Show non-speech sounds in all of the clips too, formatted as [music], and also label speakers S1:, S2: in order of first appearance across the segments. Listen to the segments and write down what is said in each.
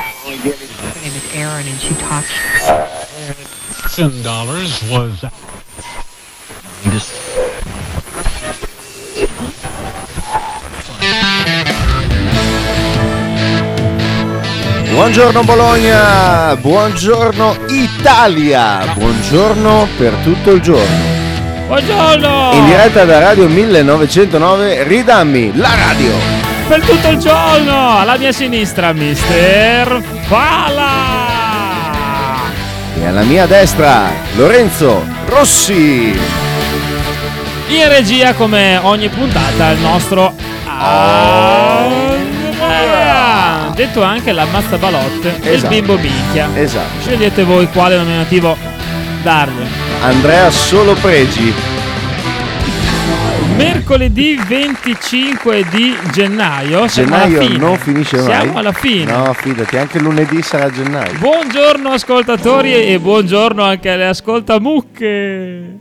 S1: Her name is Erin, and she talks.
S2: thousand dollars was
S3: Buongiorno Bologna, buongiorno Italia, buongiorno per tutto il giorno.
S4: Buongiorno!
S3: In diretta da Radio 1909, ridammi la radio.
S4: Per tutto il giorno! Alla mia sinistra, Mister Fala!
S3: E alla mia destra, Lorenzo Rossi.
S4: In regia, come ogni puntata, il nostro Andrea! Detto anche l'ammazza balotte e il
S3: Esatto.
S4: bimbo minchia.
S3: Esatto,
S4: Scegliete voi quale nominativo dargli.
S3: Andrea Solo Pregi.
S4: Mercoledì 25 di gennaio. siamo alla
S3: Gennaio
S4: fine.
S3: non finisce mai.
S4: Siamo alla fine.
S3: No, fidati, anche lunedì sarà gennaio.
S4: Buongiorno ascoltatori e buongiorno anche alle ascoltamucche.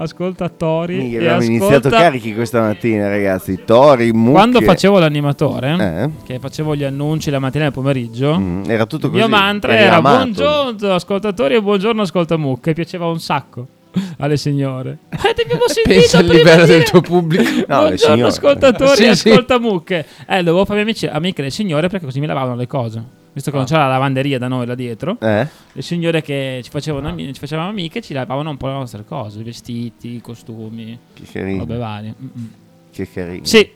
S4: Ascoltatori
S3: Minchia,
S4: e
S3: abbiamo iniziato
S4: ascolta...
S3: carichi questa mattina, ragazzi. Tori, mucche.
S4: Quando facevo l'animatore,
S3: Eh?
S4: che facevo gli annunci la mattina e il pomeriggio,
S3: Mm, Era tutto
S4: il
S3: così.
S4: mio mantra
S3: eri
S4: era
S3: amato.
S4: buongiorno ascoltatori e buongiorno ascoltamucche. Piaceva un sacco alle
S3: [laughs]
S4: signore. Eh, ti abbiamo sentito
S5: Pensa al
S4: prima
S5: livello
S4: dire-
S5: del tuo pubblico.
S3: No, le
S4: Buongiorno
S3: signore.
S4: ascoltatori
S5: Sì,
S4: e
S5: sì.
S4: ascoltamucche. Eh, dovevo farmi amici, amiche le signore perché così mi lavavano le cose. Visto che
S3: Ah.
S4: non c'era la lavanderia da noi là dietro.
S3: Eh?
S4: le signore che ci
S3: Ah.
S4: facevano, ami- ci facevano amiche ci lavavano un po' le nostre cose, i vestiti, i costumi,
S3: Che carino.
S4: robe varie. Mm-mm.
S3: Mm. Che carino.
S4: Sì,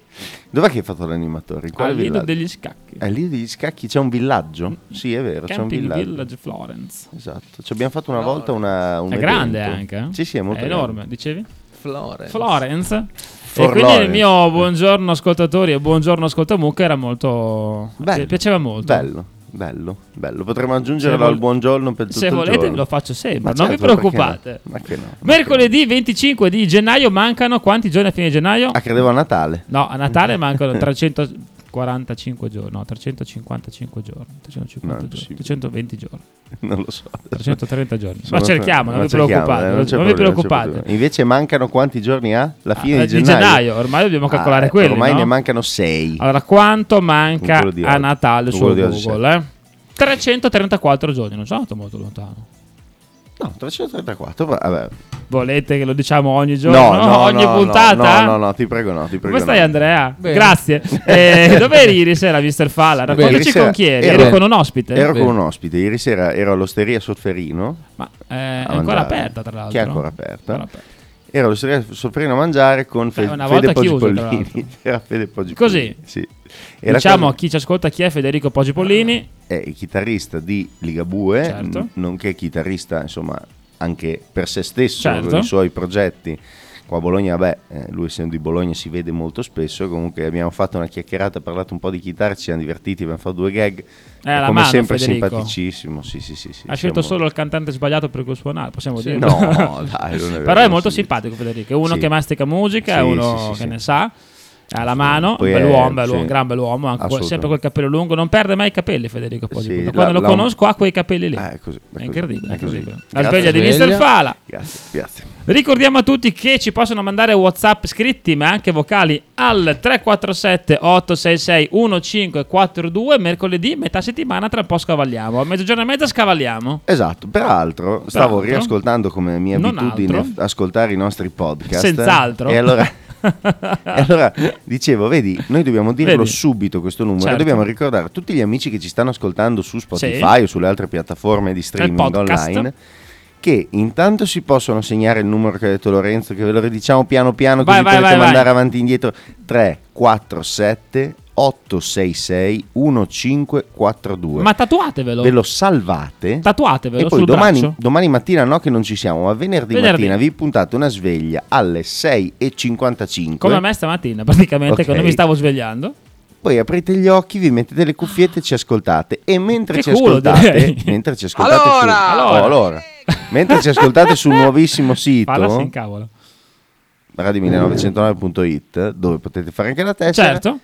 S3: Dov'è che hai fatto l'animatore? In quale
S4: al lido
S3: villaggio?
S4: degli scacchi.
S3: È lì degli scacchi c'è un villaggio? Sì, è vero, c'è un
S4: Camping
S3: villaggio.
S4: Village Florence.
S3: Esatto. Ci abbiamo fatto una volta una, un
S4: È grande
S3: evento.
S4: anche. eh?
S3: Sì, sì, è molto
S4: È
S3: grande.
S4: enorme, dicevi?
S5: Flore.
S4: Florence.
S3: For
S4: e quindi il
S3: Lawrence.
S4: mio buongiorno ascoltatori e buongiorno ascoltamucca era molto...
S3: Bello.
S4: pi- Piaceva molto.
S3: Bello, bello, bello. Potremmo aggiungerlo
S4: vol-
S3: al buongiorno per tutto
S4: Se
S3: il
S4: volete
S3: giorno.
S4: ve lo faccio
S3: Ma
S4: sempre, non
S3: certo,
S4: vi preoccupate.
S3: perché no? Ma che no? Ma che
S4: Mercoledì 25 di gennaio mancano quanti giorni a fine gennaio?
S3: no? Ah, credevo a Natale. [laughs]
S4: No, a Natale mancano 345 giorni, no, 355 giorni, 350
S3: No, è
S4: giorni,
S3: impossibile.
S4: 320 giorni,
S3: Non lo so.
S4: 330 giorni. Ma
S3: Sono-
S4: cerchiamo, non
S3: ma
S4: vi
S3: cerchiamo,
S4: preoccupate,
S3: eh,
S4: non,
S3: c'è
S4: vi
S3: problema, non c'è
S4: preoccupate.
S3: problema. Invece mancano quanti giorni a? La fine
S4: Ah,
S3: di gennaio.
S4: ormai dobbiamo
S3: Ah,
S4: calcolare Ah.
S3: eh,
S4: quello,
S3: Ormai ne mancano sei.
S4: Allora, quanto manca
S3: Con quello di
S4: a
S3: oggi.
S4: Natale
S3: Con
S4: su
S3: quello di oggi
S4: Google? eh? 334 giorni, non sono andato molto lontano.
S3: No, 334. va- Vabbè.
S4: Volete che lo diciamo ogni giorno? ogni
S3: no,
S4: puntata?
S3: No, no, no, ti prego, no. Ti prego,
S4: Come stai
S3: no.
S4: Andrea?
S5: Bene.
S4: Grazie. Eh, dove eri ieri sera, Mister Fala?
S3: Bene,
S4: Raccontaci
S3: ieri sera
S4: con chi eri.
S3: ero-
S4: Eri con un ospite?
S3: Ero con
S5: Bene.
S3: un ospite, ieri sera ero all'osteria Solferino.
S4: Ma eh, è
S3: a
S4: ancora
S3: mangiare,
S4: aperta, tra l'altro.
S3: Che è ancora aperta.
S4: Ancora aperta.
S3: Ero all'osteria Solferino a mangiare con Fe-
S4: una
S3: Fede
S4: volta
S3: Poggi
S4: chiusa, tra
S3: Pollini. [laughs] Era Fede Poggi
S4: Così.
S3: Pollini, Sì. E la
S4: diciamo a
S3: cosa-
S4: chi ci ascolta chi è Federico Poggi Pollini.
S3: è il chitarrista di Ligabue,
S4: Certo.
S3: n- nonché chitarrista, insomma, anche per se stesso,
S4: Certo.
S3: con i suoi progetti. Qua a Bologna, beh, eh, lui essendo di Bologna si vede molto spesso, comunque abbiamo fatto una chiacchierata, parlato un po' di chitarra, ci siamo divertiti, abbiamo fatto due gag,
S4: Eh, la
S3: come
S4: mano,
S3: sempre
S4: Federico.
S3: simpaticissimo, sì sì sì. sì
S4: ha scelto
S3: siamo-
S4: solo il cantante sbagliato per cui suonare, possiamo
S3: Sì,
S4: dire.
S3: [laughs] no, dai, non è
S4: [laughs]
S3: vero,
S4: Però è
S3: non
S4: molto
S3: si dice.
S4: simpatico Federico. È uno
S3: Sì.
S4: che mastica musica, è
S3: Sì,
S4: uno
S3: sì, sì,
S4: che
S3: sì.
S4: ne sa. Ha la mano,
S3: Poi è-
S4: bell'uomo, bell'uomo,
S3: sì.
S4: gran bell'uomo, anche
S3: Assolutamente.
S4: sempre col capello lungo, non perde mai i capelli Federico Poggi.
S3: Sì,
S4: Pollini.
S3: la-
S4: Quando
S3: la-
S4: lo conosco ha quei capelli lì.
S3: Ah,
S4: è,
S3: è così, è così,
S4: incredibile,
S3: è
S4: è
S3: così.
S4: incredibile. La
S3: Grazie.
S4: sveglia di
S5: Sveglia.
S4: Mister Fala.
S3: Grazie, grazie.
S4: Ricordiamo a tutti che ci possono mandare WhatsApp scritti ma anche vocali al 347 866 1542 mercoledì metà settimana tra un po' scavalliamo, a mezzogiorno e mezza scavalliamo.
S3: Esatto, peraltro stavo
S4: Peraltro.
S3: riascoltando come mia
S4: Non
S3: abitudine
S4: altro.
S3: ascoltare i nostri podcast.
S4: Senz'altro. [laughs]
S3: E allora, e allora dicevo, vedi, noi dobbiamo dirlo
S4: Ah. Vedi.
S3: subito questo numero,
S4: Certo.
S3: dobbiamo ricordare a tutti gli amici che ci stanno ascoltando su Spotify o sulle altre piattaforme di streaming
S4: podcast.
S3: online che intanto si possono segnare il numero che ha detto Lorenzo, che ve lo ridiciamo piano piano così
S4: Vai, vai,
S3: potete
S4: vai, vai.
S3: mandare avanti e indietro 347 866 1542.
S4: Ma tatuatevelo.
S3: Ve lo salvate
S4: Tatuatevelo
S3: e poi
S4: sul
S3: domani,
S4: braccio.
S3: domani mattina no che non ci siamo, ma venerdì,
S4: Venerdì.
S3: mattina vi puntate una sveglia alle 6.55.
S4: Come a me stamattina, praticamente,
S3: Ok.
S4: che non mi stavo svegliando.
S3: Poi aprite gli occhi, vi mettete le cuffiette e ci ascoltate. E mentre
S4: Che
S3: ci
S4: culo,
S3: ascoltate,
S4: direi.
S3: [laughs] mentre ci ascoltate su,
S4: Allora!
S3: Oh, allora. mentre ci ascoltate sul nuovissimo
S4: Parla si
S3: sito
S4: incavola.
S3: radio1909.it, dove potete fare anche la testa,
S4: Certo.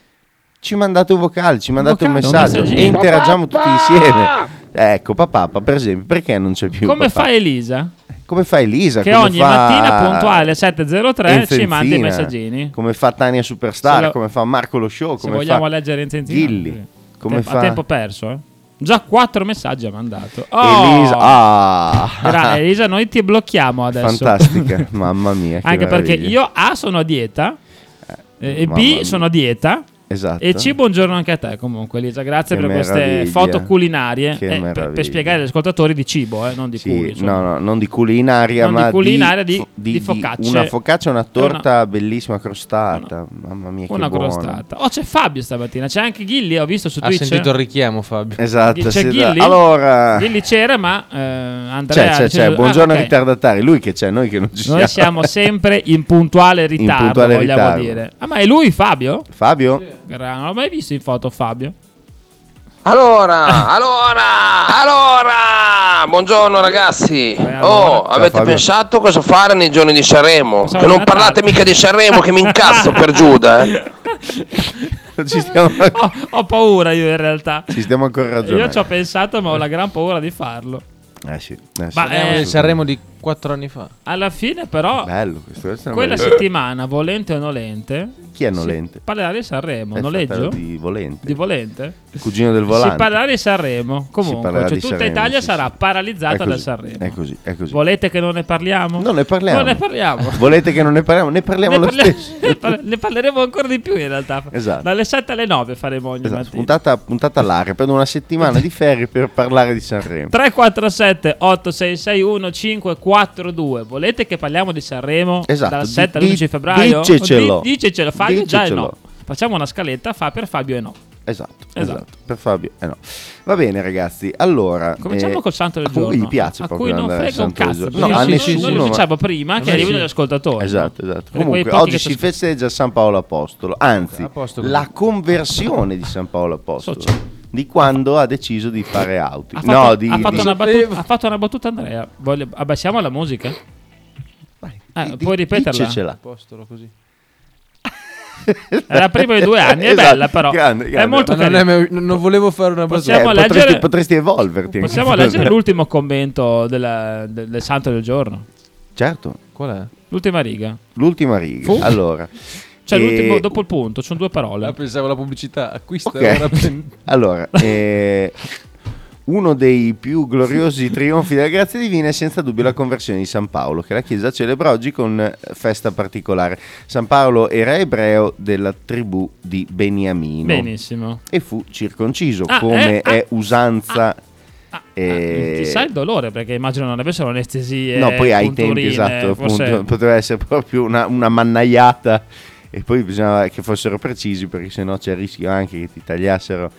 S3: ci mandate un vocale, ci mandate un,
S4: vocale, un
S3: messaggio e
S4: messaggino.
S3: interagiamo tutti insieme. Ecco, papà, per esempio, perché non c'è più
S4: Come
S3: papà?
S4: fa Elisa?
S3: Come fa Elisa?
S4: Che
S3: come
S4: ogni
S3: fa
S4: mattina puntuale alle 7.03
S3: Enzo
S4: ci manda i
S3: Enzina,
S4: messaggini.
S3: Come fa Tania Superstar,
S4: Se lo-
S3: come fa Marco Lo Show,
S4: Se
S3: come
S4: vogliamo
S3: fa
S4: leggere in
S3: Gilli, come
S4: Tem-
S3: fa
S4: A tempo perso, eh. Già quattro messaggi ha mandato. Oh!
S3: Elisa, ah,
S4: Gra-
S3: [laughs]
S4: Elisa, noi ti blocchiamo adesso. [laughs]
S3: fantastica, mamma mia. che
S4: Anche perché
S3: meraviglia.
S4: io A sono a dieta, eh, e
S3: mamma
S4: B
S3: mia.
S4: sono a dieta.
S3: Esatto.
S4: E C, buongiorno anche a te comunque Elisa, grazie
S3: Che
S4: per queste
S3: meraviglia.
S4: foto culinarie
S3: Che
S4: eh, per- per,
S3: meraviglia.
S4: spiegare agli ascoltatori di cibo, eh, non di
S3: Sì,
S4: culi. insomma.
S3: no, no, non di culinaria,
S4: Non di
S3: ma
S4: culinaria, di- di
S3: di
S4: focacce.
S3: Una focaccia, una torta bellissima
S4: No,
S3: crostata. Mamma mia,
S4: Una
S3: che buona.
S4: crostata. Oh, c'è Fabio stamattina, c'è anche Ghilli, ho visto su
S5: Ha
S4: Twitch.
S5: sentito il richiamo Fabio.
S3: Esatto,
S4: C'è
S3: sì,
S4: Ghilli?
S3: allora
S4: Ghilli c'era, ma eh,
S3: c'è,
S4: Andrea...
S3: c'è, c'è.
S4: Ah,
S3: Buongiorno
S4: ok.
S3: ai ritardatari. Lui che c'è, noi che non ci siamo.
S4: Noi siamo sempre in puntuale ritardo,
S3: puntuale
S4: vogliamo
S3: ritardo.
S4: dire. Ah, ma è lui Fabio?
S3: Fabio?
S4: Gra- Non l'ho mai visto in foto Fabio. [laughs]
S6: Allora, allora, allora, buongiorno ragazzi.
S4: allora.
S6: Oh, avete
S3: Fabio.
S6: pensato cosa fare nei giorni di Sanremo?
S4: Pensavo
S6: Che non
S4: di
S6: parlate
S4: Natale.
S6: mica di Sanremo, che mi incazzo per Giuda.
S4: [laughs]
S6: Eh.
S3: Non [laughs] ci stiamo,
S4: Ho, ho paura io in realtà.
S3: ci stiamo ancora
S4: Oh. Io
S3: ragionando.
S4: ci ho pensato, ma ho la gran paura di farlo.
S3: Eh sì, eh sì.
S4: Ma,
S5: Parliamo
S4: eh,
S5: del Sanremo di quattro anni fa.
S4: Alla fine, però,
S3: Bello questo. questo è
S4: quella
S3: bello.
S4: settimana, volente o nolente,
S3: Chi è Nolente?
S4: parlerà di Sanremo.
S3: È
S4: noleggio?
S3: fratello
S4: Di...
S3: Di Volente.
S4: volente?
S3: Cugino del
S4: Si
S3: volante.
S4: parlerà di Sanremo.
S3: Si
S4: Comunque,
S3: parlerà
S4: cioè,
S3: di
S4: tutta
S3: Sanremo,
S4: Italia
S3: sì,
S4: sarà
S3: sì.
S4: paralizzata
S3: È
S4: da
S3: così,
S4: Sanremo.
S3: È così, è così.
S4: Volete che non ne parliamo?
S3: Non ne parliamo.
S4: Non ne
S3: [laughs]
S4: parliamo.
S3: Volete che non ne parliamo? Ne parliamo
S4: ne,
S3: lo
S4: parliamo- [laughs]
S3: stesso.
S4: ne par- ne parleremo ancora di più in realtà.
S3: Esatto.
S4: Dalle 7 alle 9 faremo ogni
S3: Esatto,
S4: mattina.
S3: puntata, puntata all'aria, prendo una settimana di ferri per parlare di Sanremo.
S4: 347 866 1542 Volete che parliamo di Sanremo
S3: Esatto,
S4: dal
S3: di-
S4: 7 all'11
S3: di-
S4: febbraio?
S3: dicecelo.
S4: Di- dicecelo, Fabio già è no.
S3: Dicecelo.
S4: Facciamo una scaletta fa per Fabio e no.
S3: Esatto,
S4: Esatto.
S3: esatto, per Fabio. eh no. Va bene ragazzi, allora...
S4: Cominciamo
S3: eh,
S4: col santo del
S3: a cui
S4: giorno.
S3: Gli piace
S4: a
S3: proprio
S4: cui non
S3: andare al
S4: frega un
S3: santo del
S4: cazzo.
S3: giorno. No,
S4: perché
S3: a
S4: noi- noi lo
S3: nessuno... ma-
S4: diciamo prima che
S5: A me
S4: arrivano
S5: sì.
S4: gli ascoltatori.
S3: Esatto, esatto.
S4: Per quei
S3: Comunque
S4: pochi che
S3: oggi
S4: ci
S3: si festeggia San Paolo Apostolo, anzi
S5: Apostolo.
S3: la conversione di San Paolo Apostolo,
S4: Socio.
S3: di quando ha deciso di fare auti.
S4: Ha fatto,
S3: No, di...
S4: ha, fatto
S3: di-
S4: una
S5: Sapevo.
S4: battuta, ha fatto una battuta Andrea. Voglio- abbassiamo la musica? Eh, puoi ripeterla?
S3: Dicecela.
S5: Apostolo così.
S4: Era prima di due anni, è
S3: Esatto,
S4: bella però.
S3: grande,
S4: È
S3: grande.
S4: molto
S5: Ma non,
S4: carina.
S5: è mai- non- non volevo fare una battuta.
S4: Possiamo
S3: Eh,
S4: leggere-
S3: potresti, potresti evolverti. anche
S4: Possiamo
S3: tu.
S4: leggere l'ultimo commento della- del, del santo del giorno?
S3: Certo,
S5: Qual è?
S4: L'ultima riga.
S3: l'ultima riga.
S4: Fu.
S3: Allora,
S4: Cioè
S3: eh,
S4: l'ultimo dopo il punto, sono due parole.
S5: Ah, pensavo la pubblicità. Acquista
S3: Ok.
S5: ora pen-
S4: [laughs]
S3: Allora, eh, uno dei più gloriosi trionfi della grazia divina è senza dubbio la conversione di San Paolo, che la Chiesa celebra oggi con eh, festa particolare. San Paolo era ebreo della tribù di Beniamino
S4: Benissimo.
S3: e fu circonciso,
S4: Ah,
S3: come
S4: eh, ah,
S3: è usanza.
S4: Ah,
S3: eh,
S4: ah, Ti sa il dolore perché immagino non avessero anestesie.
S3: no, poi ai tempi,
S4: eh, punturine,
S3: esatto,
S4: forse-
S3: appunto, [laughs] poteva essere proprio una, una mannaiata e poi bisognava che fossero precisi perché sennò c'è il rischio anche che ti tagliassero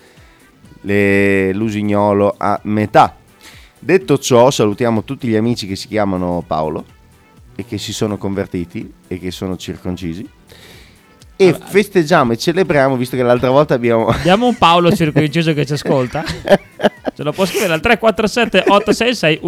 S3: le- l'usignolo a metà. Detto ciò, salutiamo tutti gli amici che si chiamano Paolo e che si sono convertiti e che sono circoncisi. E festeggiamo e celebriamo, visto che l'altra volta abbiamo
S4: Diamo un
S3: [laughs]
S4: Paolo circonciso che ci ascolta. Ce lo può scrivere al 347 866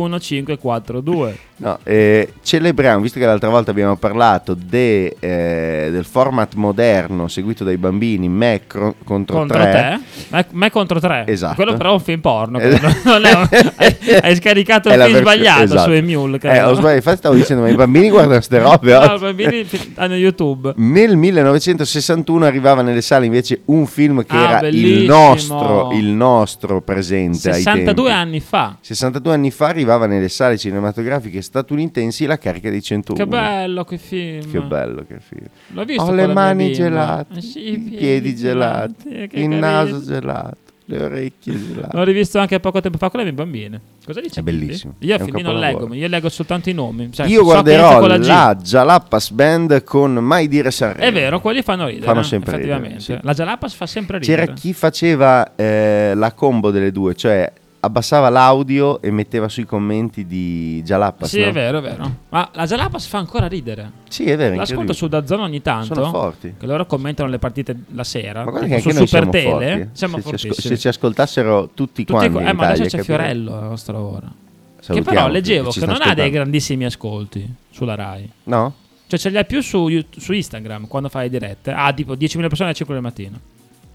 S4: 1542.
S3: No, eh, celebriamo, visto che l'altra volta abbiamo parlato de- eh, del format moderno seguito dai bambini, me cro- contro,
S4: Contro
S3: tre.
S4: te? Me, me contro tre.
S3: Esatto.
S4: Quello però è un film porno.
S3: Eh, [laughs]
S4: quello non è un- hai, hai scaricato
S3: È
S4: il
S3: la
S4: film
S3: versione-
S4: sbagliato
S3: esatto.
S4: su Emule.
S3: Eh,
S4: credo.
S3: ho sbagliato, infatti stavo dicendo, ma i bambini guardano queste robe eh.
S4: No,
S3: oggi.
S4: i bambini fi- hanno YouTube.
S3: Nel 1961 arrivava nelle sale invece un film che
S4: Ah,
S3: era il
S4: bellissimo.
S3: nostro, il nostro presente
S4: 62
S3: ai tempi.
S4: anni fa.
S3: 62 anni fa arrivava nelle sale cinematografiche statunitensi la carica dei 101.
S4: Che bello che film.
S3: Che bello che film.
S4: L'ho visto
S3: Ho
S4: con
S3: le
S4: la
S3: mani
S4: mia bimba.
S3: gelate,
S4: Eh sì,
S3: i piedi, gelati,
S4: eh, che
S3: il
S4: carino.
S3: naso gelato, le orecchie gelate.
S4: L'ho rivisto anche poco tempo fa con le mie bambine. Cosa dice?
S3: È
S4: Billy?
S3: bellissimo.
S4: Io
S3: È
S4: a
S3: un
S4: fini non
S3: capolavoro.
S4: leggo, ma io leggo soltanto i nomi. Cioè, so
S3: Io
S4: che
S3: guarderò
S4: inizia con
S3: la,
S4: la G.
S3: Jalapas Band con Mai dire Sanremo.
S4: È vero, quelli fanno ridere.
S3: Eh, Fanno sempre ridere,
S4: effettivamente.
S3: sì.
S4: La Jalapas fa sempre ridere.
S3: C'era chi faceva eh, la combo delle due, cioè abbassava l'audio e metteva sui commenti di Jalapas.
S4: Sì,
S3: no?
S4: è vero, è vero. Ma la Jalapas fa ancora ridere.
S3: Sì, è vero.
S4: L'ascolto
S3: incredibile.
S4: su Dazzone ogni tanto.
S3: Sono forti.
S4: Che loro commentano le partite la sera.
S3: Ma guarda che
S4: Ah, tipo
S3: anche
S4: su
S3: noi
S4: Super
S3: siamo
S4: Tele.
S3: forti. eh.
S4: Siamo
S3: se, ci asco-
S4: fortissimi.
S3: se ci ascoltassero tutti,
S4: Tutti
S3: quanti
S4: co-
S3: in
S4: eh, ma adesso
S3: Italia,
S4: c'è
S3: capito?
S4: Fiorello alla nostra ora. Che
S3: Salutiamo
S4: però
S3: tutti
S4: leggevo
S3: ci
S4: che non
S3: stanno
S4: ha dei
S3: ascoltando.
S4: grandissimi ascolti sulla Rai.
S3: No?
S4: Cioè ce li ha più su, Yout- su Instagram quando fai dirette. Ha tipo 10.000 persone alle 5 del mattino.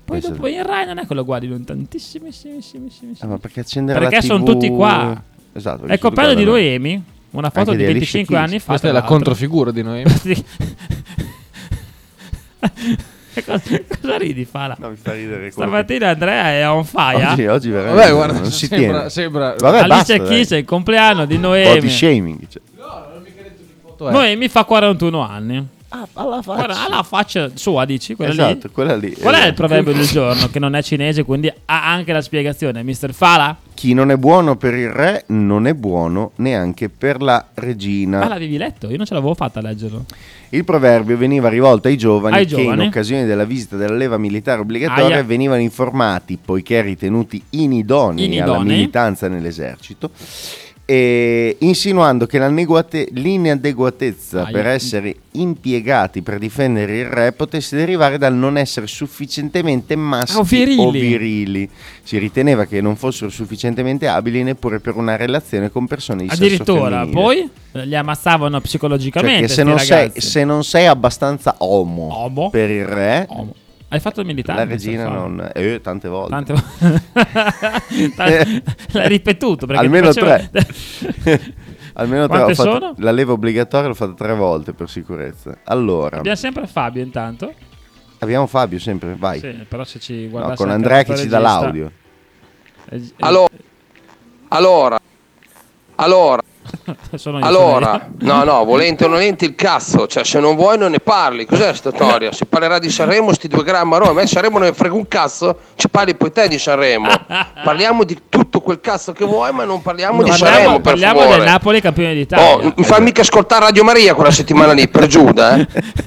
S4: Poi
S3: Questo-
S4: dopo in Rai non è che lo guardino in tantissimi.
S3: Ah, ma perché accendere
S4: Perché
S3: la TV?
S4: sono tutti qua.
S3: Esatto. perché
S4: È coperto Ecco,
S3: sono tutti
S4: di
S3: qua da noi.
S4: Noemi, una foto
S3: Anche
S4: di
S3: di Alice
S4: 25 [laughs]
S3: Keys.
S4: anni fa.
S5: Questa è
S4: tra
S5: la
S4: l'altro.
S5: controfigura di noi.
S4: [laughs] cosa, cosa ridi, Fala?
S3: No, mi fa ridere quello che-
S4: Stamattina Andrea è on fire.
S3: Oggi, oggi veramente
S5: Vabbè, guarda,
S3: non si
S5: sembra-
S3: tiene.
S5: sembra-
S3: Vabbè, basta,
S4: Alice
S3: dai.
S4: Keys è il compleanno di
S3: Body
S4: Noemi.
S3: shaming. cioè. eh.
S5: Quanto è?
S4: Noemi fa 41 anni. alla faccia. alla faccia sua, dici? Quella lì?
S3: Esatto, quella lì.
S4: Qual è il
S3: Esatto.
S4: proverbio del giorno? Che non è cinese, quindi ha anche la spiegazione. Mister Fala?
S3: Chi non è buono per il re non è buono neanche per la regina.
S4: Ah, l'avevi letto? Io non ce l'avevo fatta a leggerlo.
S3: Il proverbio veniva rivolto ai giovani,
S4: Ai
S3: che
S4: giovani.
S3: in occasione della visita della leva militare obbligatoria
S4: Aia.
S3: venivano informati, poiché ritenuti inidonei, alla
S4: Inidonei.
S3: militanza nell'esercito, e insinuando che la neguate- l'inadeguatezza
S4: Aia.
S3: per essere impiegati per difendere il re potesse derivare dal non essere sufficientemente maschi
S4: Ah, o virili.
S3: o virili. Si riteneva che non fossero sufficientemente abili neppure per una relazione con persone di sesso
S4: Addirittura,
S3: femminile.
S4: poi eh, li ammazzavano
S3: Cioè,
S4: psicologicamente.
S3: che se
S4: sti
S3: non, sei,
S4: ragazzi.
S3: se non sei abbastanza omo,
S4: Omo.
S3: per il re,
S4: Oh, Hai fatto il militare?
S3: la
S4: Mister
S3: regina
S4: Fala?
S3: non. Eh, tante volte.
S4: Tante volte. [laughs] Tante- L'hai ripetuto perché ti
S3: Almeno
S4: facevo-
S3: tre. [laughs] Almeno tre.
S4: Quante
S3: ho fatto-
S4: sono?
S3: La leva obbligatoria l'ho fatta tre volte per sicurezza.
S4: [laughs]
S3: Allora,
S4: Abbiamo sempre Fabio intanto.
S3: abbiamo Fabio sempre, vai.
S4: Sì, però se ci
S3: No,
S4: guardasse
S3: con
S4: anche
S3: Andrea che
S4: il
S3: ci dà
S4: regista-
S3: l'audio.
S4: Eh,
S6: Allora, allora, allora,
S4: eh, [laughs] sono io, sono
S6: allora,
S4: io. [laughs]
S6: no, no, volente o nolente il cazzo, cioè se non vuoi non ne parli, cos'è sta storia? Si parlerà di Sanremo, sti due grammi a Roma, a me Sanremo non ne frega un cazzo, ci parli poi te di
S4: [laughs]
S6: Sanremo, parliamo di tutto quel cazzo che vuoi, ma non parliamo di
S4: Parliamo-
S6: Sanremo, per
S4: parliamo
S6: favore.
S4: del Napoli campione d'Italia.
S6: Oh, mi fa mica ascoltare Radio Maria quella settimana lì, per Giuda,
S3: [laughs]
S6: eh?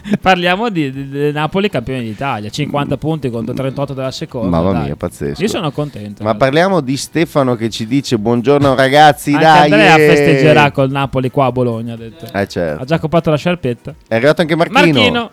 S4: [laughs] [laughs] Parliamo di, di- del Napoli campione d'Italia, 50 punti contro 38 della seconda.
S3: Mamma
S4: dai.
S3: mia, pazzesco.
S4: Io sono contento.
S3: Ma
S4: guarda.
S3: parliamo di Stefano che ci dice buongiorno ragazzi,
S4: Anche
S3: dai.
S4: Andrea
S3: eh."
S4: festeggerà col Napoli qua a Bologna, ha detto.
S3: Eh certo.
S4: Ha già comprato la sciarpetta.
S3: È arrivato anche Marchino.
S4: Marchino,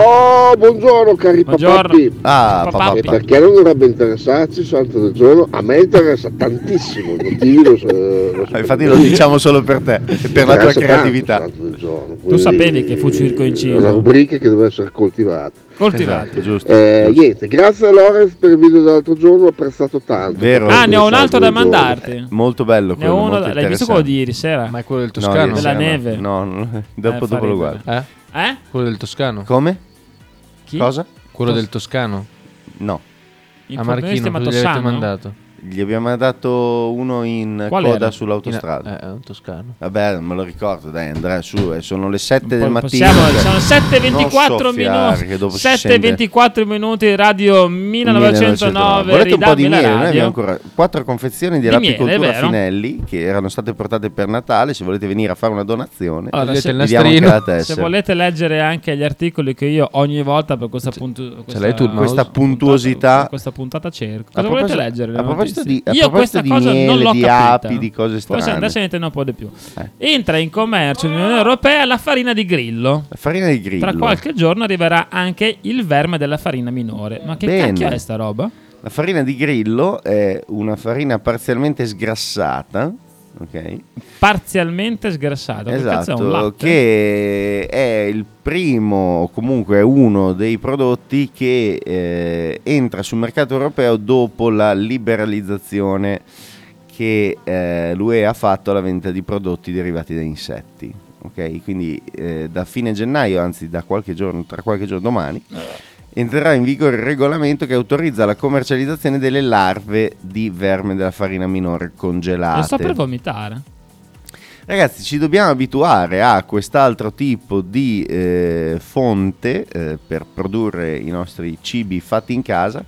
S7: Oh, buongiorno cari
S4: Buongiorno.
S7: papappi.
S3: Ah,
S4: Papà
S3: papà.
S7: E
S4: Pappi.
S7: perché non dovrebbe interessarci il santo del giorno? A me interessa tantissimo, i motivi lo, eh, lo
S3: Eh, Infatti lo diciamo solo per te e per la
S7: Interessa
S3: tua
S7: tanto il
S3: creatività.
S7: Santo del Giorno,
S4: Tu
S7: quindi,
S4: sapevi che fu circo
S7: eh,
S4: inciso.
S7: È una rubrica che deve essere coltivata.
S4: coltivato.
S3: Esatto, giusto.
S7: Eh, niente, grazie a Lorenz per il video dell'altro giorno, ho apprezzato tanto.
S3: Vero.
S4: Ah, ne ho un
S7: Santo
S4: altro da
S7: del Giorno.
S4: mandarti.
S3: Molto bello
S4: Ne
S3: quello,
S4: ho uno,
S3: molto
S4: l'hai visto
S3: interessante.
S4: quello di ieri sera?
S5: Ma è quello del
S3: No,
S5: Toscano?
S3: ieri
S4: Della
S3: sera no.
S4: neve. Eh,
S3: No, no, [laughs] dopo,
S4: fa
S3: dopo lo
S4: ridere.
S3: guardo.
S5: Eh?
S4: Eh?
S5: Quello del Toscano?
S3: Come?
S4: Chi?
S3: Cosa?
S5: Quello del Toscano?
S3: No.
S4: Il
S5: A
S4: professionista
S5: Marchino, cosa gli
S4: Matossano?
S5: avete mandato?
S3: Gli abbiamo dato uno in
S4: Qual
S3: coda
S4: era?
S3: sull'autostrada.
S5: Eh, è un Toscano.
S3: Vabbè, non me lo ricordo, dai, Andrea, su, eh, sono le 7 del
S4: Poi
S3: mattino.
S4: possiamo-
S3: cioè,
S4: sono 7:24
S3: non soffiare, che dopo
S4: minuti.
S3: si sente
S4: 7:24 minuti radio 1909.
S3: Volete un po' di
S4: ridammi la
S3: miele? Noi
S4: radio.
S3: abbiamo ancora quattro confezioni di
S4: Di miele,
S3: apicoltura
S4: vero.
S3: Finelli che erano state portate per Natale. Se volete venire a fare una donazione,
S4: Allora,
S5: Vedete
S4: se-
S5: il
S3: vi diamo anche
S5: nastrino?
S3: la
S4: Se
S3: tessera.
S4: volete leggere anche gli articoli che io ogni volta per questa, puntu- questa-
S3: l'hai Cioè, tu, questa puntuosità?
S4: puntata- questa puntata cerco. Cosa volete
S3: proposito-
S4: leggere? le
S3: a proposito
S4: notizie?
S3: di- a
S4: io
S3: proposito
S4: questa
S3: di
S4: cosa non
S3: miele,
S4: l'ho
S3: di
S4: capita.
S3: api, di cose
S4: Forse
S3: strane. Eh.
S4: adesso ne intendo un po' di più. Entra in commercio nell'Unione Europea la farina di grillo.
S3: La farina di grillo.
S4: Tra qualche giorno arriverà anche il verme della farina minore. Ma che
S3: Bene.
S4: cacchio è sta roba?
S3: La farina di grillo è una farina parzialmente sgrassata, ok?
S4: Parzialmente sgrassato. Che cazzo è un
S3: Esatto,
S4: latte?
S3: che è il primo, o comunque è uno dei prodotti che eh, entra sul mercato europeo dopo la liberalizzazione che eh, l'UE ha fatto alla vendita di prodotti derivati da insetti. Ok, quindi eh, da fine gennaio, anzi da qualche giorno, tra qualche giorno domani, entrerà in vigore il regolamento che autorizza la commercializzazione delle larve di verme della farina minore congelate.
S4: Lo sto per vomitare.
S3: Ragazzi, ci dobbiamo abituare a quest'altro tipo di eh, fonte eh, per produrre i nostri cibi fatti in casa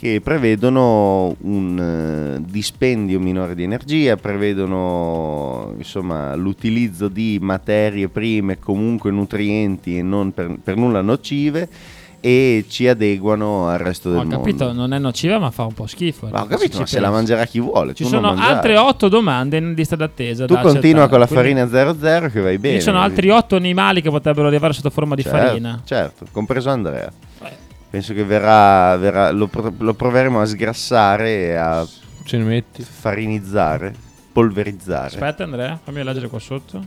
S3: che prevedono un eh, dispendio minore di energia, prevedono insomma, l'utilizzo di materie prime comunque nutrienti e non per, per nulla nocive e ci adeguano al resto del
S4: Ho capito,
S3: mondo.
S4: non è nociva, ma fa un po' schifo.
S3: Ma ho capito,
S4: Ci
S3: ma se la
S4: pensi.
S3: mangerà chi vuole.
S4: Ci
S3: tu non
S4: sono
S3: mangiare.
S4: altre 8 domande in lista d'attesa.
S3: Tu
S4: da
S3: continua
S4: accertare,
S3: con la
S4: quindi-
S3: farina 00 che vai bene.
S4: Ci sono altri 8 animali che potrebbero arrivare sotto forma di
S3: Certo,
S4: farina. Eh.
S3: Certo, compreso Andrea. Penso che verrà, verrà- lo, pro- lo proveremo a sgrassare e a
S5: Ce ne metti?
S3: farinizzare, polverizzare.
S4: Aspetta, Andrea, fammi leggere qua sotto.